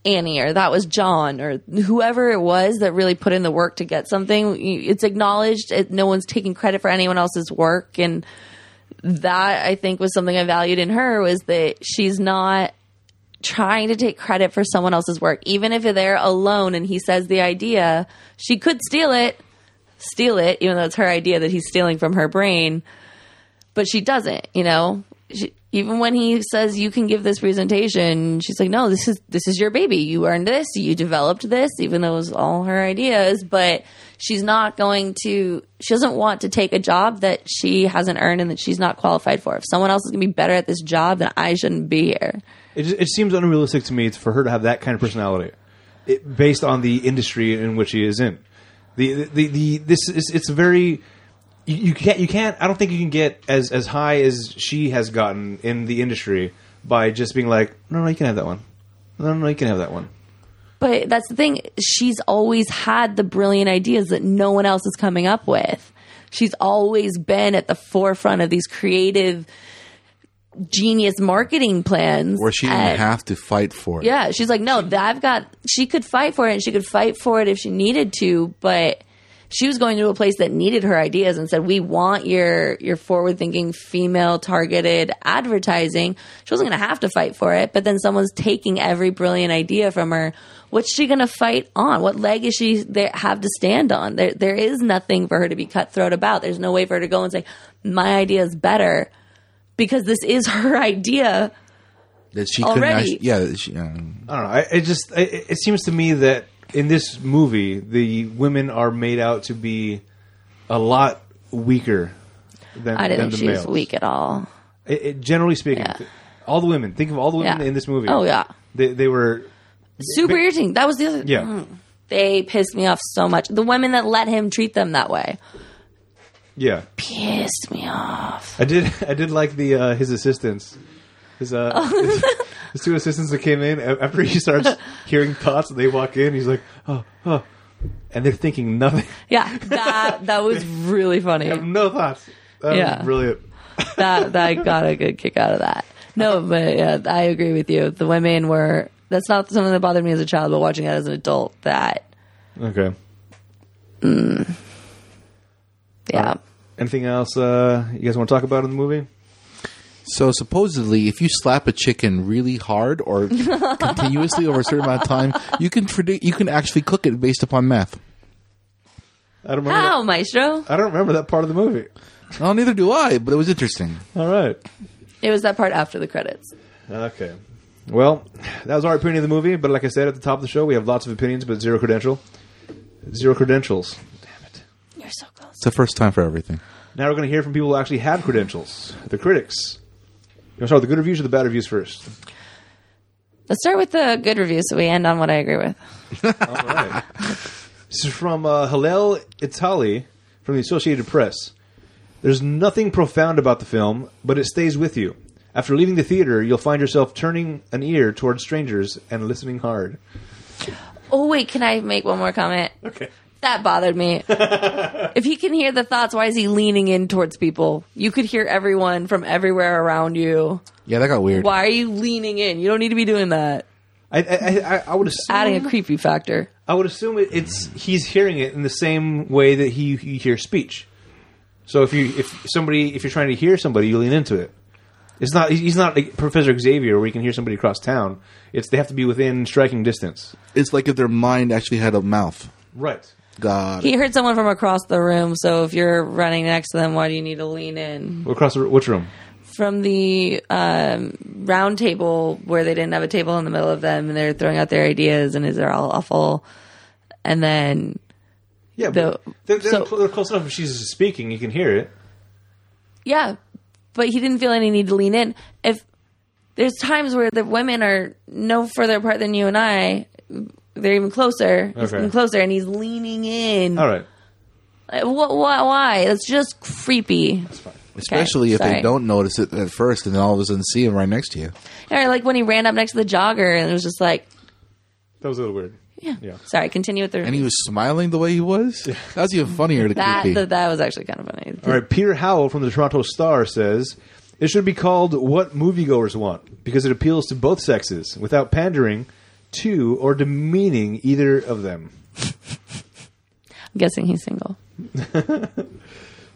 Annie or that was John or whoever it was that really put in the work to get something. You- It's acknowledged. It, no one's taking credit for anyone else's work, and that I think was something I valued in her was that she's not trying to take credit for someone else's work, even if they're alone and he says the idea, she could steal it, steal it, even though it's her idea that he's stealing from her brain. But she doesn't, you know. She, even when he says you can give this presentation, she's like, "No, this is this is your baby. You earned this. You developed this, even though it was all her ideas." But she's not going to. She doesn't want to take a job that she hasn't earned and that she's not qualified for. If someone else is going to be better at this job, then I shouldn't be here. It, just, it seems unrealistic to me for her to have that kind of personality, it, based on the industry in which she is in. The the the, the this is it's very. You, you can't you can't. I don't think you can get as as high as she has gotten in the industry by just being like, no, no, you can have that one. No, no, you can have that one. But that's the thing. She's always had the brilliant ideas that no one else is coming up with. She's always been at the forefront of these creative, genius marketing plans. Where she didn't And- have to fight for it. Yeah, she's like, no, that I've got. She could fight for it, and she could fight for it if she needed to. But she was going to a place that needed her ideas and said, "We want your your forward thinking, female targeted advertising." She wasn't going to have to fight for it. But then someone's taking every brilliant idea from her. What's she going to fight on? What leg is she there, have to stand on? There, there is nothing for her to be cutthroat about. There's no way for her to go and say, "My idea is better," because this is her idea. That she couldn't Already. actually. Yeah. that She, um, I don't know. I, it just it, it seems to me that in this movie, the women are made out to be a lot weaker than I than didn't the think she was males. weak at all. It, it, generally speaking, Yeah. all the women. Think of all the women Yeah. in this movie. Oh, yeah. they, they were. super irritating. That was the other. Yeah. Mm. They pissed me off so much. The women that let him treat them that way Yeah, pissed me off. I did. I did like the uh, his assistants. His, uh, Oh. his, his two assistants that came in a- after he starts hearing thoughts, and they walk in. He's like, oh, oh, and they're thinking nothing. Yeah, that that was really funny. They have no thoughts. That Yeah. was brilliant. That that I got a good kick out of that. No, but yeah, I agree with you. The women were. That's not something that bothered me as a child, but watching that as an adult, that Okay. yeah. Anything else uh, you guys want to talk about in the movie? so supposedly, if you slap a chicken really hard or continuously over a certain amount of time, you can predict. You can actually cook it based upon math. I don't remember. that- How maestro? I don't remember that part of the movie. Well, neither do I, but it was interesting. All right. It was that part after the credits. Okay. Well, that was our opinion of the movie, but like I said at the top of the show, we have lots of opinions, but zero credential. Zero credentials. Damn it. You're so close. It's the first time for everything. Now we're going to hear from people who actually have credentials, the critics. You want to start with the good reviews or the bad reviews first? Let's start with the good reviews, so we end on what I agree with. All right. this is from uh, Hillel Itali from the Associated Press. There's nothing profound about the film, but it stays with you. After leaving the theater, you'll find yourself turning an ear towards strangers and listening hard. Oh wait, can I make one more comment? Okay. That bothered me. if he can hear the thoughts, why is he leaning in towards people? You could hear everyone from everywhere around you. Yeah, that got weird. Why are you leaning in? You don't need to be doing that. I, I, I, I would assume Adding a creepy factor. I would assume it, it's he's hearing it in the same way that he, he hears speech. So if you if somebody if you're trying to hear somebody, you lean into it. It's not. He's not like Professor Xavier, where you can hear somebody across town. It's they have to be within striking distance. It's like if their mind actually had a mouth. Right. God, He heard someone from across the room, so if you're running next to them, why do you need to lean in? Across the, which room? From the um, round table where they didn't have a table in the middle of them, and they're throwing out their ideas, and is they're all awful, and then Yeah. The- but they're, they're, so- cl- they're close enough. If she's speaking, you can hear it. Yeah, but he didn't feel any need to lean in. If there's times where the women are no further apart than you and I, they're even closer, he's Okay. even closer, and he's leaning in. All right. Like, what? Why? Why? That's just creepy. That's fine. especially if they sorry. don't notice it at first, and then all of a sudden see him right next to you. Or like when he ran up next to the jogger, and it was just like, That was a little weird. yeah. Yeah. Sorry, continue with the And he was smiling the way he was. That was even funnier to that, creepy. that that was actually kind of funny. All right, Peter Howell from the Toronto Star says it should be called "What Moviegoers Want" because it appeals to both sexes without pandering to or demeaning either of them. I'm guessing he's single.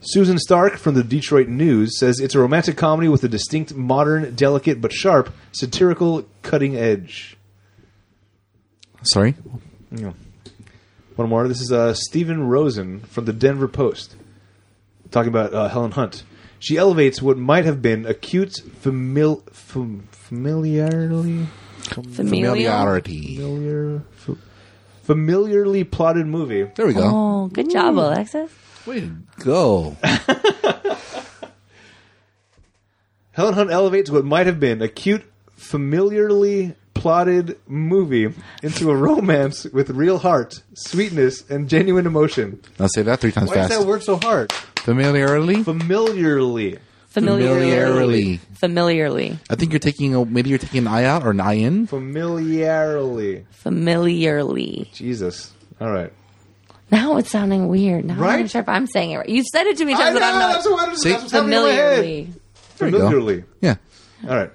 Susan Stark from the Detroit News says it's a romantic comedy with a distinct modern, delicate but sharp, satirical cutting edge. Sorry, Yeah. One more. This is uh, Stephen Rosen from the Denver Post talking about uh, Helen Hunt. She elevates what might have been acute famil- fam- familiarly Familial. familiarity. familiar, fa- familiarly plotted movie. There we go. Oh, good Hmm. job, Alexis. Way to go. Helen Hunt elevates what might have been a cute, familiarly plotted movie into a romance with real heart, sweetness, and genuine emotion. Now say that three times Why fast. is that word so hard? Familiarly. Familiarly. Familiarly. Familiarly. I think you're taking a maybe you're taking an eye out or an eye in. Familiarly. Familiarly. Jesus. All right. Now it's sounding weird. Now I'm Right? not sure if I'm saying it right. You've said it too many times that I'm not. what, See? happening in my head. Familiarly. There you go. Familiarly. Yeah. All right.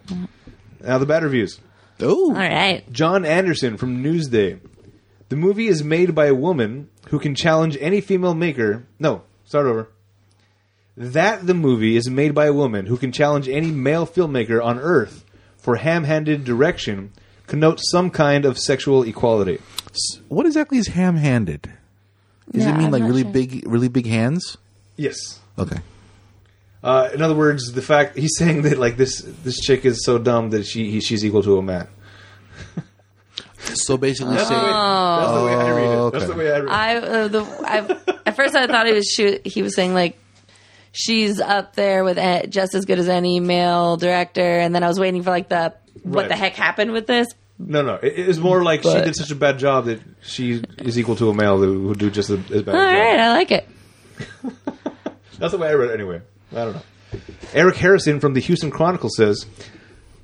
Now the bad reviews. Oh, All right. John Anderson from Newsday. The movie is made by a woman who can challenge any female maker. No, start over. That the movie is made by a woman who can challenge any male filmmaker on earth for ham-handed direction connotes some kind of sexual equality. what exactly is ham-handed? Does Yeah, it mean I'm like not really sure. big, really big hands? Yes. Okay. Uh, in other words, the fact he's saying that like this this chick is so dumb that she he, she's equal to a man. So basically, That's, the, way, say, that's the way I read it. That's the okay. way I read it. I, uh, the, I at first I thought it was shoot. He was saying like she's up there with eh, just as good as any male director, and then I was waiting for like the what Right. the heck happened with this. No, no. It, it was more like she But- did such a bad job that she is equal to a male that would do just as as bad. All a job. right, I like it. That's the way I read it anyway. I don't know. Eric Harrison from the Houston Chronicle says,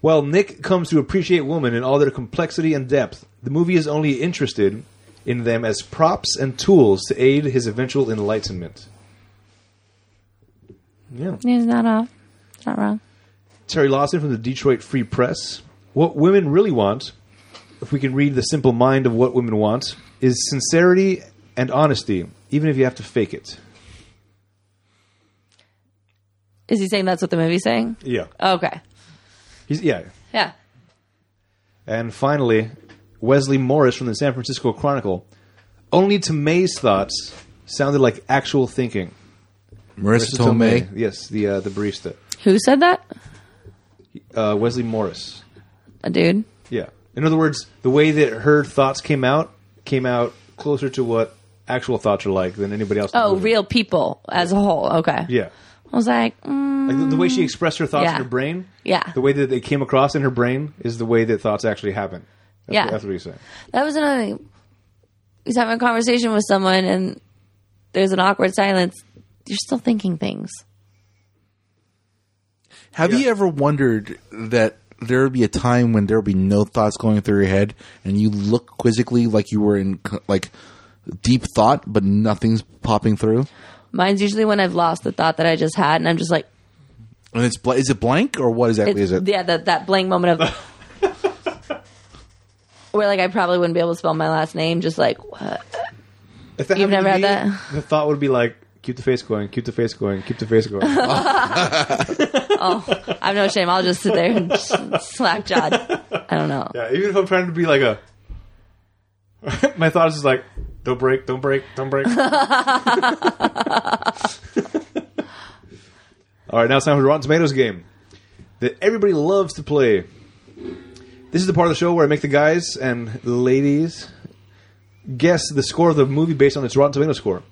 "While Nick comes to appreciate women in all their complexity and depth, the movie is only interested in them as props and tools to aid his eventual enlightenment." Yeah. He's not off. It's not wrong. Terry Lawson from the Detroit Free Press. What women really want, if we can read the simple mind of what women want, is sincerity and honesty, even if you have to fake it. Is he saying that's what the movie's saying? Yeah. Okay. He's, yeah. Yeah. And finally, Wesley Morris from the San Francisco Chronicle. Only Tomei's thoughts sounded like actual thinking. Marissa Tomei. Yes, the uh, the barista. Who said that? Uh, Wesley Morris. A dude. Yeah. In other words, the way that her thoughts came out came out closer to what actual thoughts are like than anybody else. in the Oh, movie. real people as a whole. Okay. Yeah. I was like, mm, Like the, the way she expressed her thoughts Yeah. in her brain. Yeah. The way that they came across in her brain is the way that thoughts actually happen. That's Yeah. What, that's what he's saying. that was another thing. He's having a conversation with someone and there's an awkward silence. You're still thinking things. Have you ever wondered that there would be a time when there would be no thoughts going through your head, and you look quizzically like you were in c- like deep thought, but nothing's popping through? Mine's usually when I've lost the thought that I just had and I'm just like, And it's bl- is it blank or what exactly is it's, it? yeah, that, that blank moment of where like I probably wouldn't be able to spell my last name. Just like, what? If that You've happened to never had me, The thought would be like, Keep the face going. Keep the face going. Keep the face going. I I have no shame. I'll just sit there and slack jawed. I don't know. Yeah, even if I'm trying to be like a, my thought is just like, don't break, don't break, don't break. All right, now it's time for the Rotten Tomatoes game that everybody loves to play. This is the part of the show where I make the guys and ladies guess the score of the movie based on its Rotten Tomato score.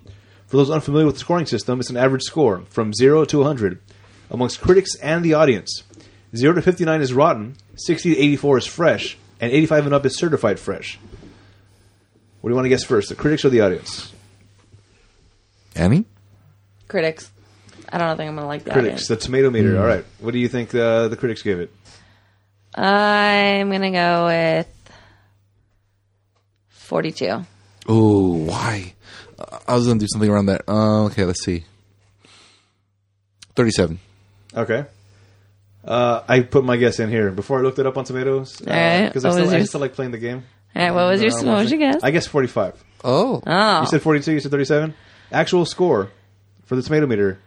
For those unfamiliar with the scoring system, it's an average score from 0 to 100 amongst critics and the audience. 0 to 59 is rotten, 60 to 84 is fresh, and 85 and up is certified fresh. What do you want to guess first, the critics or the audience? Annie? Critics. I don't think I'm gonna like that. Critics, the tomato meter. All right. What do you think uh, the critics gave it? I'm gonna go with forty-two. Oh, why? Uh, I was going to do something around that. Uh, okay, let's see. 37. Okay. Uh, I put my guess in here before I looked it up on tomatoes. All right. Because What I, was still, I yours? still like playing the game. All right, what was your Uh, what was your guess? I guess 45. Oh. oh, You said 42, you said 37. Actual score for the tomato meter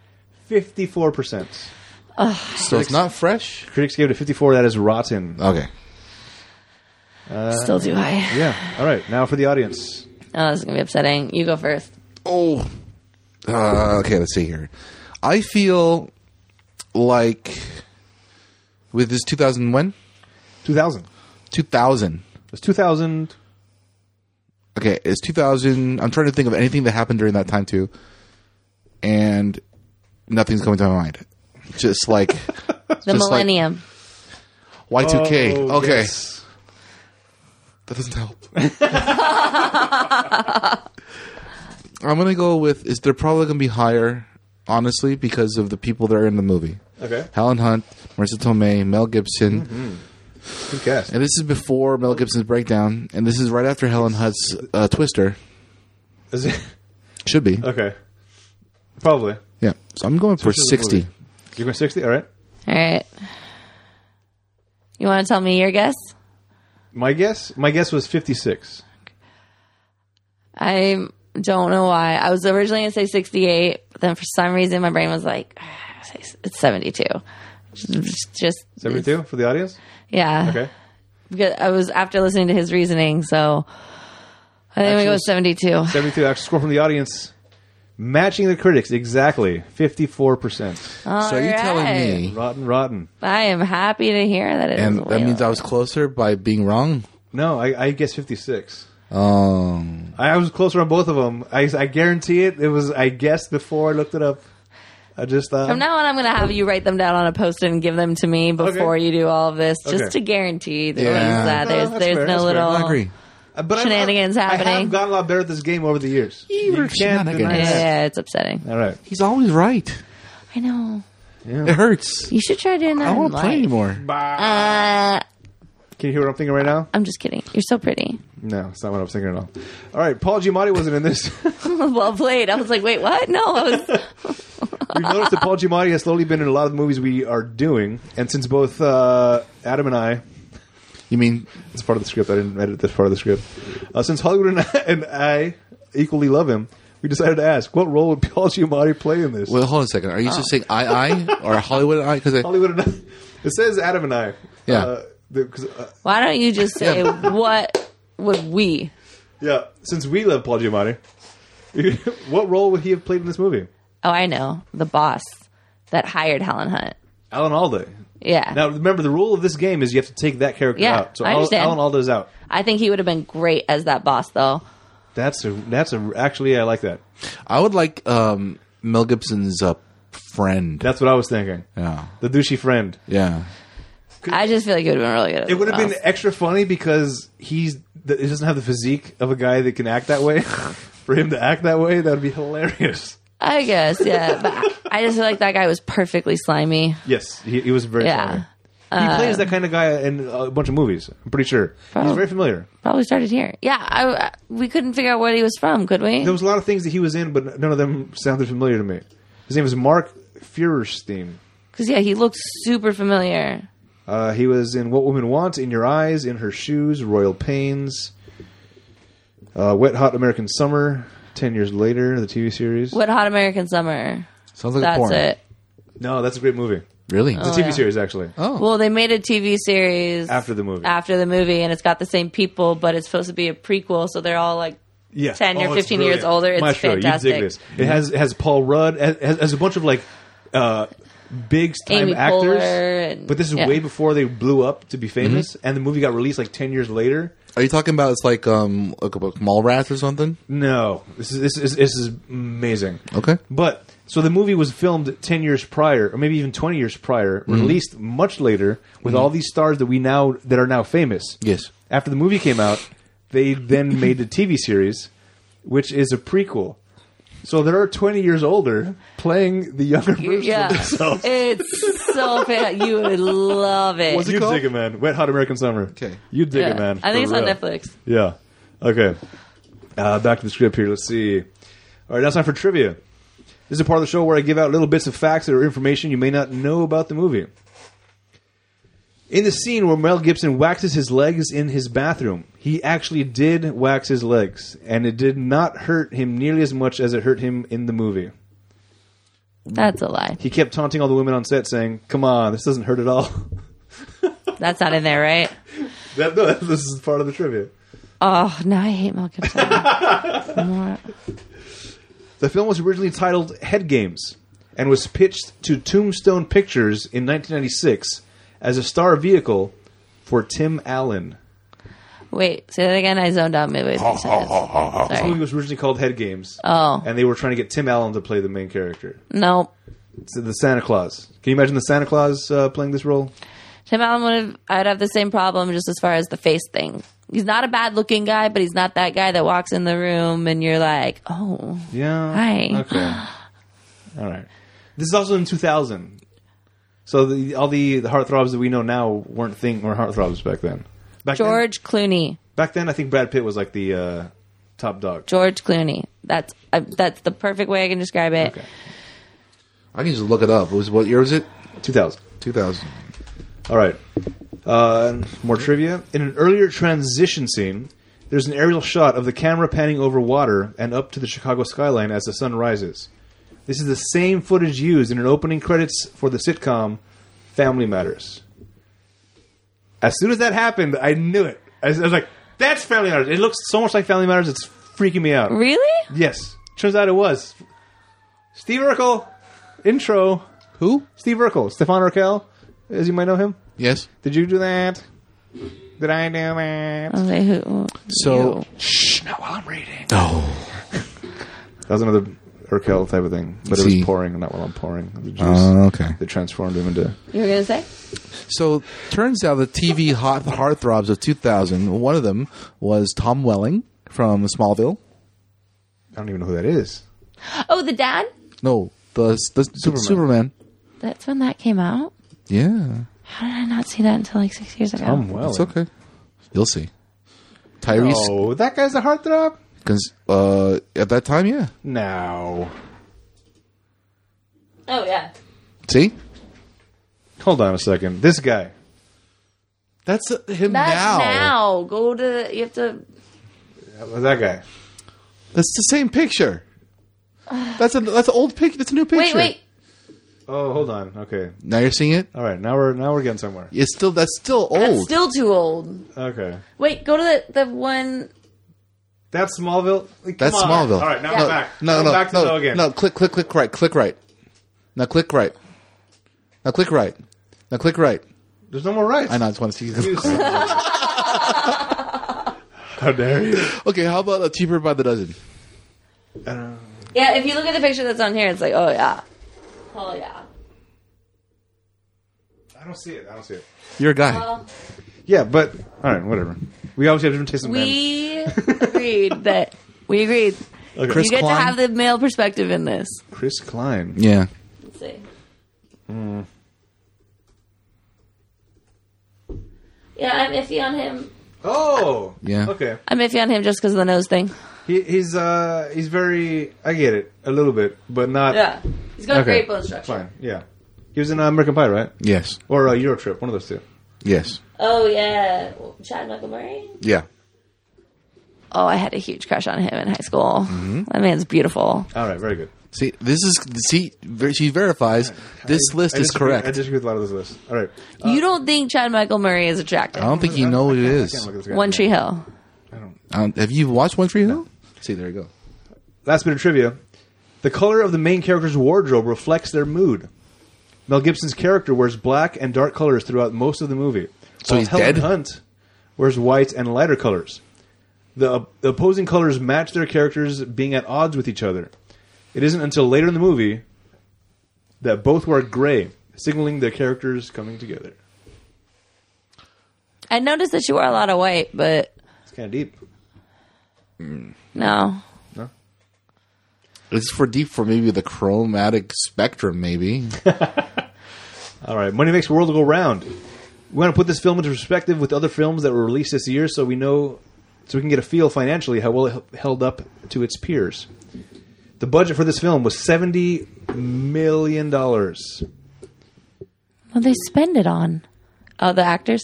54%. so it's not fresh? Critics gave it a 54. That is rotten. Okay. still too high. Yeah. All right. Now for the audience. Oh, this is gonna be upsetting. You go first. Oh. Uh, okay, let's see here. I feel like with this 2000 when? 2000. 2000. It's 2000. Okay, it's 2000. I'm trying to think of anything that happened during that time too, and nothing's coming to my mind. Just like The Just like- millennium. Y2K. Oh, okay, yes. that doesn't help. I'm gonna go with. Is they're probably gonna be higher, honestly, because of the people that are in the movie. Okay. Helen Hunt, Marissa Tomei, Mel Gibson. Good cast. And this is before Mel Gibson's breakdown, and this is right after Helen Hunt's uh, Twister. Is it- Should be. okay. Probably. Yeah. So I'm going for Twister's a 60. movie. You're going 60? All right. All right. You want to tell me your guess? My guess? My guess was 56. I don't know why. I was originally gonna say sixty-eight, but then for some reason my brain was like, "Ah, it's seventy-two. Just, just 72 for the audience? yeah. Okay. Because I was after listening to his reasoning, so I think we go Actual- with seventy-two. 72 actual score from the audience. Matching the critics exactly, fifty-four percent. so are you telling me? Rotten, rotten. I am happy to hear that it And was that way means low. I was closer by being wrong. No, I, I guess fifty-six. Um, I, I was closer on both of them. I, I guarantee it. It was I guessed before I looked it up. I just uh, From now on, I'm going to have you write them down on a post and give them to me before Okay. you do all of this, just Okay. to guarantee that Yeah. No, that there's, that's there's fair, no that's fair. little. I agree. but I'm- shenanigans I, I have happening. gotten a lot better at this game over the years. You're Yeah, shenanigans. that. yeah, it's upsetting. All right. He's always right. I know. It hurts. You should try doing that. I don't want in to play life. anymore. Uh, Can you hear what I'm thinking right now? I'm just kidding. You're so pretty. No, it's not what I'm thinking at all. All right, Paul Giamatti wasn't in this. well played. I was like, wait, what? No, I was. We've noticed that Paul Giamatti has slowly been in a lot of the movies we are doing, and since both uh, Adam and I You mean It's part of the script. I didn't edit this part of the script. Uh, since Hollywood and I, and I equally love him, we decided to ask what role would Paul Giamatti play in this? Wait, hold on a second. Are you Oh. just saying I, I, or Hollywood I? Because I, Hollywood and I. It says Adam and I. Yeah. Uh, the, 'cause, uh, Why don't you just say what would we? yeah. Since we love Paul Giamatti, what role would he have played in this movie? Oh, I know the boss that hired Helen Hunt. Alan Alda. Yeah, Now remember, the rule of this game is you have to take that character Yeah, out. So I Al- understand. Alan Alda's out. I think he would have been great as that boss, though. That's a. That's a. Actually, I like that. I would like um, Mel Gibson's uh, friend. That's what I was thinking. yeah, The douchey friend. yeah. I just feel like it would have been really good. as It would have the been boss. extra funny because he's th- he doesn't have the physique of a guy that can act that way. For him to act that way, that would be hilarious. I guess, yeah. But I I just feel like that guy was perfectly slimy. Yes, he, he was very Yeah. uh, funny. He plays that kind of guy in a bunch of movies. I'm pretty sure he's Probably. very familiar. Probably started here. Yeah, I, I- we couldn't figure out where he was from, could we? There was a lot of things that he was in, but none of them sounded familiar to me. His name was Mark Feuerstein. Because yeah, he looked super familiar. Uh, he was in What Women Want, In Your Eyes, In Her Shoes, Royal Pains, uh, Wet Hot American Summer, Ten years later, the TV series. What Hot American Summer? Sounds like a That's porn. it. No, that's a great movie. Really? It's a TV Oh, yeah. series actually. oh. Well, they made a TV series After the movie. after the movie, and it's got the same people, but it's supposed to be a prequel, so they're all like yeah. Oh, 10 or it's 15 years brilliant. older. It's Maestro, fantastic. Mm-hmm. You dig this. It has it has Paul Rudd. It has, has a bunch of like uh, big time Amy actors. Poehler and- but this is yeah. Mm-hmm. way before they blew up to be famous, and the movie got released like ten years later. Are you talking about it's like um like a mall rats or something? No, this is this is, this is amazing. Okay. but so the movie was filmed ten years prior, or maybe even twenty years prior, Mm-hmm. released much later with all these stars that we now that are now famous. Yes. After the movie came out, they then made the TV series, which is a prequel. So they're twenty years older playing the younger version yeah. of themselves. It's so fan- you would love it. What's it You'd called? dig it, man. Wet Hot American Summer. Okay. You'd dig Yeah. it, man. I think it's For on real. Netflix. Yeah. Okay. Uh, back to the script here. Let's see. All right, now it's time for trivia. This is a part of the show where I give out little bits of facts or information you may not know about the movie. In the scene where Mel Gibson waxes his legs in his bathroom, he actually did wax his legs, and it did not hurt him nearly as much as it hurt him in the movie. That's a lie. He kept taunting all the women on set, saying, "Come on, this doesn't hurt at all." That's not in there, right? that, no, this is part of the trivia. Oh, now I hate Mel Gibson. More- The film was originally titled Head Games and was pitched to Tombstone Pictures in 1996 as a star vehicle for Tim Allen. Wait, say that again. I zoned out midway through the sentence. The movie Sorry. was originally called Head Games. Oh. And they were trying to get Tim Allen to play the main character. Nope. It's the Santa Claus. Can you imagine the Santa Claus uh, playing this role? Tim Allen would have. I'd have the same problem just as far as the face thing. He's not a bad looking guy, but he's not that guy that walks in the room and you're like, oh, Yeah. Hi. Okay. All right. This is also in 2000. So the, all the, the heartthrobs that we know now weren't thing were heartthrobs back then. Back then- George Clooney, back then, I think Brad Pitt was like the uh, top dog. George Clooney. That's uh, that's the perfect way I can describe it. Okay. I can just look it up. It was what year was it? 2000. Two thousand. All right. Uh, more trivia. In an earlier transition scene, there's an aerial shot of the camera panning over water and up to the Chicago skyline as the sun rises. This is the same footage used in an opening credits for the sitcom Family Matters. As soon as that happened, I knew it. I was I was like, "That's Family Matters." It looks so much like Family Matters. It's freaking me out. Really? Yes. Turns out it was Steve Urkel. Intro. Who? Steve Urkel. Stefan Urkel, as you might know him. Yes. Did you do that? Did I do that? Uh, I was like, who? So Ew. Shh, not while I'm reading. Oh. That was another Urkel type of thing, but it See. was pouring, not while I'm pouring. The juice. Uh, okay. They transformed him into. You were gonna say? So turns out the TV hot heartthrobs of two thousand. One of them was Tom Welling from Smallville. I don't even know who that is. Oh, the dad. No, the the Superman. Superman. That's when that came out. Yeah, How did I not see that until like six years ago? Tom Welling. it's okay. You'll see. Tyrese, Oh, that guy's a heartthrob? cons- uh, at that time, yeah. No. oh yeah. See, Hold on a second. This guy. that's uh, him That's now. Go to you have to. That was that guy. That's the same picture. That's a that's an old picture. That's a new Wait, picture. wait. Oh, hold on. Okay. Now you're seeing it. All right. Now we're now we're getting somewhere. It's still that's still old. That's still too old. Okay. Wait, go to the the one. That's Smallville. Like, that's come on. Smallville. All right. Now Yeah. we're back. No, We're no, back to no, the again. no. Click, click, click right. Click right. Now click right. Now click right. Now click right. There's no more rights. I know. I just want to see. You son of a- How dare you? okay, how about a cheaper by the dozen? Yeah, if you look at the picture that's on here, it's like, oh yeah, oh yeah. I don't see it. I don't see it. You're a guy. Yeah, but all right, whatever. We obviously have different tastes in bands. We agreed that we agreed. Okay. Chris you get Klein? to have the male perspective in this. Chris Klein. yeah. Let's see. Yeah, I'm iffy on him. Oh, Yeah. Okay, I'm iffy on him just because of the nose thing. he, he's uh he's very. I get it a little bit, but not. Yeah, he's got Okay. great bone structure. Fine. Yeah, he was in uh, American Pie, right? Yes. Or uh, Euro Trip, one of those two. Yes. Oh yeah, Chad Michael Murray. Yeah. oh, I had a huge crush on him in high school. That man's beautiful. All right, very good. See, this is see ver- she verifies this list I is disagree- I correct. disagree with a lot of this list. All right. you don't think Chad Michael Murray is attractive? I don't think you know what it I can't is. look at this guy. One Tree Hill. I don't- I don't- Have you watched One Tree Hill? See, there you go. Last bit of trivia: the color of the main character's wardrobe reflects their mood. Mel Gibson's character wears black and dark colors throughout most of the movie. So while he's Helen dead? Hunt wears white and lighter colors. The, the opposing colors match their characters being at odds with each other. It isn't until later in the movie that both wear gray, signaling their characters coming together. I noticed that she wore a lot of white, but It's kind of deep. no. No? It's for deep for maybe the chromatic spectrum, maybe. All right, money makes the world go round. We want to put this film into perspective with other films that were released this year, so we know, so we can get a feel financially how well it h- held up to its peers. The budget for this film was seventy million dollars. What they spend it on? Oh, the actors.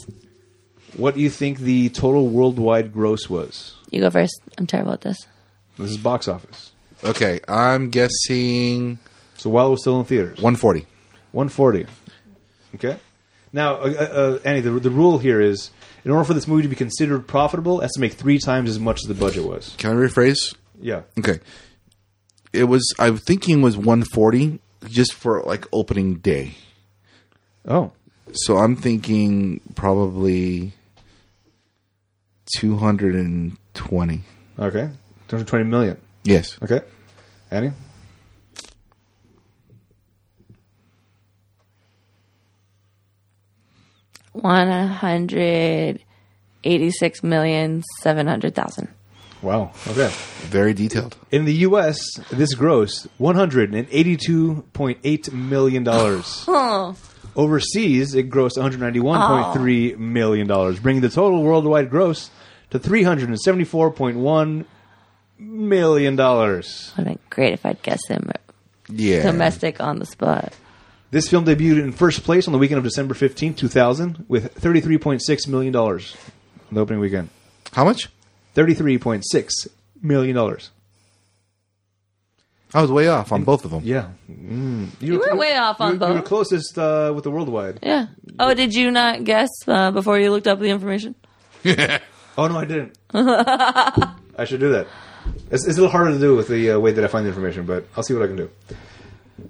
What do you think the total worldwide gross was? You go first. I'm terrible at this. This is box office. okay, I'm guessing So while it was still in theaters, 140. one forty. Okay. Now, uh, uh, uh, Annie, the, the rule here is, in order for this movie to be considered profitable, it has to make three times as much as the budget was. Can I rephrase? Yeah. Okay. It was I'm thinking it was 140 just for like opening day. Oh. So I'm thinking probably 220. Okay. 220 million. Yes. Okay. Annie? One hundred eighty-six million seven hundred thousand. Wow. Okay. Very detailed. In the U.S., this grossed $182.8 million. Oh, Overseas, it grossed $191.3 million, bringing the total worldwide gross to $374.1 million. would have been great if I'd guessed him Yeah. domestic on the spot. This film debuted in first place on the weekend of December 15, 2000, with $33.6 million on the opening weekend. How much? $33.6 million. I was way off on both of them. Yeah. Mm. You, were way off on you, You were both. closest uh, with the worldwide. Yeah. Oh, did you not guess uh, before you looked up the information? Oh no, I didn't. I should do that. It's, it's a little harder to do with the uh, way that I find the information, but I'll see what I can do.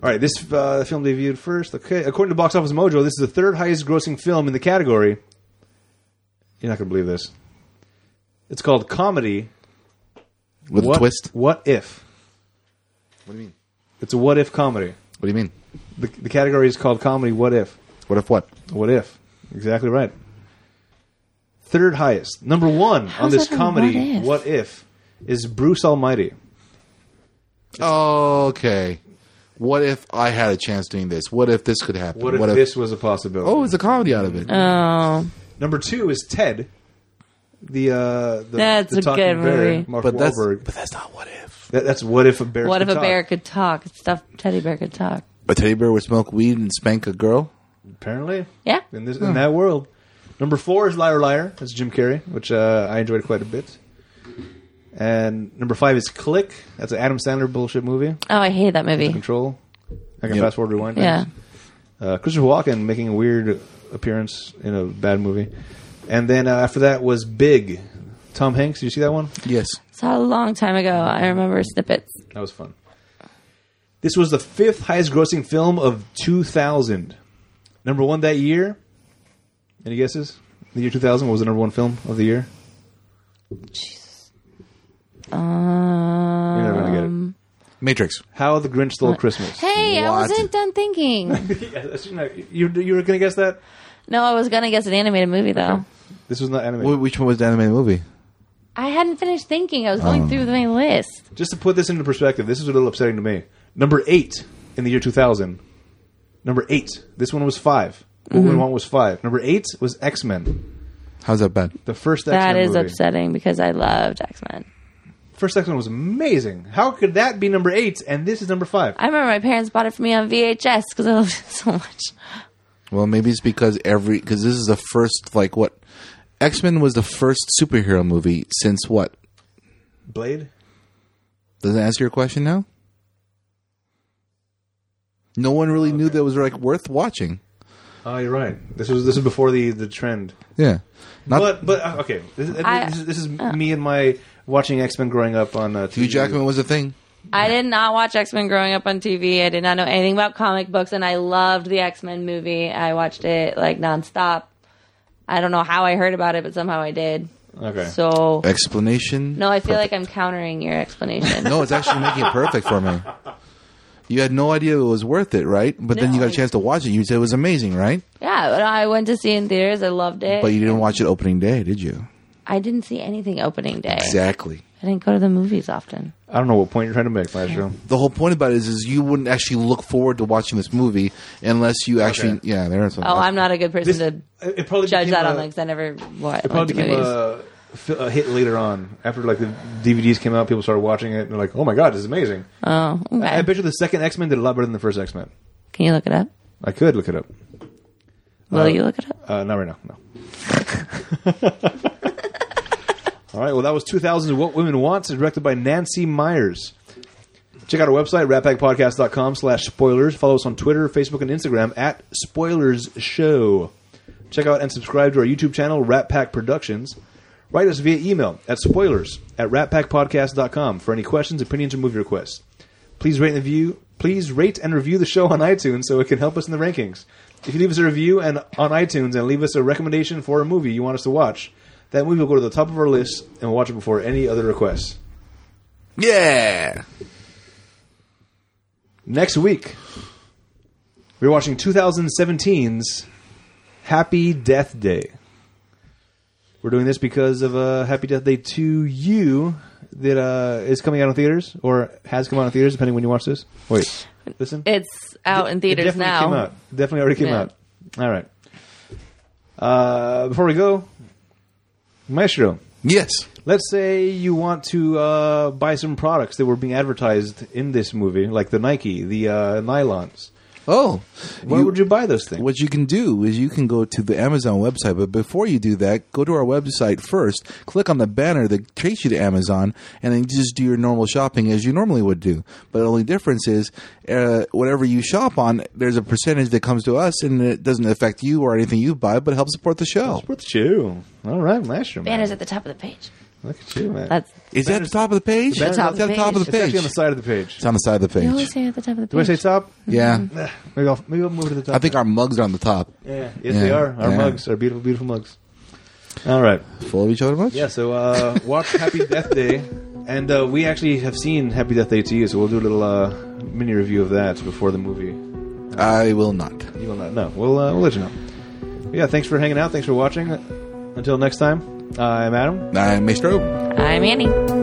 All right, this uh, film debuted first. Okay, according to Box Office Mojo, this is the third highest-grossing film in the category. You're not going to believe this. It's called comedy. With what, a twist. What if? What do you mean? It's a what if comedy. What do you mean? The, the category is called comedy. What if? What if what? What if? Exactly right. Third highest, number one on is this that a comedy. what What if? is Bruce Almighty? Okay. What if I had a chance doing this? What if this could happen? What if, this was a possibility? Oh, it's a comedy out of it. Oh, number two is Ted. The uh, the, That's the a talking good bear, movie. Mark but that's Wahlberg. but that's not what if. That, that's what if a bear? what if could a talk? bear could talk? Stuff teddy bear could talk. A teddy bear would smoke weed and spank a girl. Apparently, Yeah. Hmm. in this in that world. Number four is Liar Liar. That's Jim Carrey, which uh, I enjoyed quite a bit. And number five is Click. That's an Adam Sandler bullshit movie. Oh, I hate that movie. Control. I can Yep. fast forward rewind. Yeah. uh, Christopher Walken making a weird appearance in a bad movie, and then uh, after that was Big. Tom Hanks, did you see that one? Yes. Saw a long time ago. I remember snippets. That was fun. This was the fifth highest-grossing film of 2000. Number one that year. Any guesses? The year 2000 what was the number one film of the year. Um, You're never gonna get it. Matrix. How the Grinch Stole Christmas. Hey, I What? wasn't done thinking. Yeah, that's- you, know, you, you were gonna guess that. no, I was gonna guess an animated movie though. This was not animated. Wh- Which one was the animated movie? I hadn't finished thinking. I was Um, going through my list. Just to put this into perspective, this is a little upsetting to me. Number eight in the year 2000. Number eight. This one was five. What Mm-hmm. we want was five. Number eight was X Men. How's that bad? The first X Men. That is movie. upsetting because I loved X Men. First X Men was amazing. How could that be number eight and this is number five? I remember my parents bought it for me on VHS because I loved it so much. Well, maybe it's because every because this is the first like what X Men was the first superhero movie since what Blade. Does that answer your question now? No one really knew that was like worth watching. Oh, you're right. This was this is before the the trend. Yeah, not But but uh, okay, this, is- I- uh. this is, this is me and my watching X Men growing up on uh, Hugh TV. Jackman was a thing. I did not watch X Men growing up on TV. I did not know anything about comic books, and I loved the X Men movie. I watched it like nonstop. I don't know how I heard about it, but somehow I did. Okay. So Explanation? no, I feel like I'm countering your explanation. no. It's actually making it perfect for me. You had no idea it was worth it, right? But then No, you got a I- chance to watch it. You said it was amazing, right? Yeah, but I went to see it in theaters. I loved it. But you didn't watch it opening day, did you? I didn't see anything opening day. Exactly. I didn't go to the movies often. I don't know what point you're trying to make, Maestro. The whole point about it is, is you wouldn't actually look forward to watching this movie unless you actually, Okay. yeah, there is something. Oh, I'm not a good person This- to it it probably judge became that a- on because I never wa- It went probably to became movies. a, fi- a hit later on after like the DVDs came out. People started watching it and they're like, "Oh my god, this is amazing!" oh, okay. I, I bet you the second X Men did a lot better than the first X Men. Can you look it up? I could look it up. Will you look it up? Uh, not right now. No. All right. Well, that was 2000's What Women Wants, directed by Nancy Myers. Check out our website, ratpackpodcast.com slash spoilers. Follow us on Twitter, Facebook, and Instagram at Spoilers Show. Check out and subscribe to our YouTube channel, Rat Pack Productions. Write us via email at spoilers at ratpackpodcast.com for any questions, opinions, or movie requests. Please rate and review. Please rate and review the show on iTunes so it can help us in the rankings. If you leave us a review and on iTunes and leave us a recommendation for a movie you want us to watch, that movie will go to the top of our list and we'll watch it before any other requests. yeah. Next week, we're watching 2017's Happy Death Day. We're doing this because of uh, Happy Death Day to You that uh, is coming out in theaters or has come out in theaters, depending when you watch this. Wait, listen. It's out in theaters It definitely now. Came out. Definitely already came Yeah. out. All right. Uh, before we go, Maestro, Yes. let's say you want to uh, buy some products that were being advertised in this movie, like the Nike, the uh, nylons. Oh, Where you- would you buy those things? What you can do is you can go to the Amazon website, but before you do that, go to our website first, click on the banner that takes you to Amazon, and then just do your normal shopping as you normally would do. But the only difference is uh, whatever you shop on, there's a percentage that comes to us, and it doesn't affect you or anything you buy, but helps support the show. What's you? All right, Maestro. Man. Banners at the top of the page. Look at you, man. That's Is that the top of the page? The banner's It's at the top of on the it's actually on page. the side of the page. It's on the side of the you always page. say at the top of the Do I page. say top? Yeah. Eh, Maybe I'll maybe I'll move to the top. I think our mugs are on the top. Yeah. Yes, Yeah. they are. Our Yeah. mugs, our beautiful, beautiful mugs. All right. Full of each other much? Yeah, so uh, watch Happy Death Day. And uh, we actually have seen Happy Death Day to you, so we'll do a little uh, mini review of that before the movie. I will not. You will not know. We'll, uh, we'll let you know. Yeah, thanks for hanging out. Thanks for watching. Until next time, I'm Adam. I'm Maestro. I'm Annie.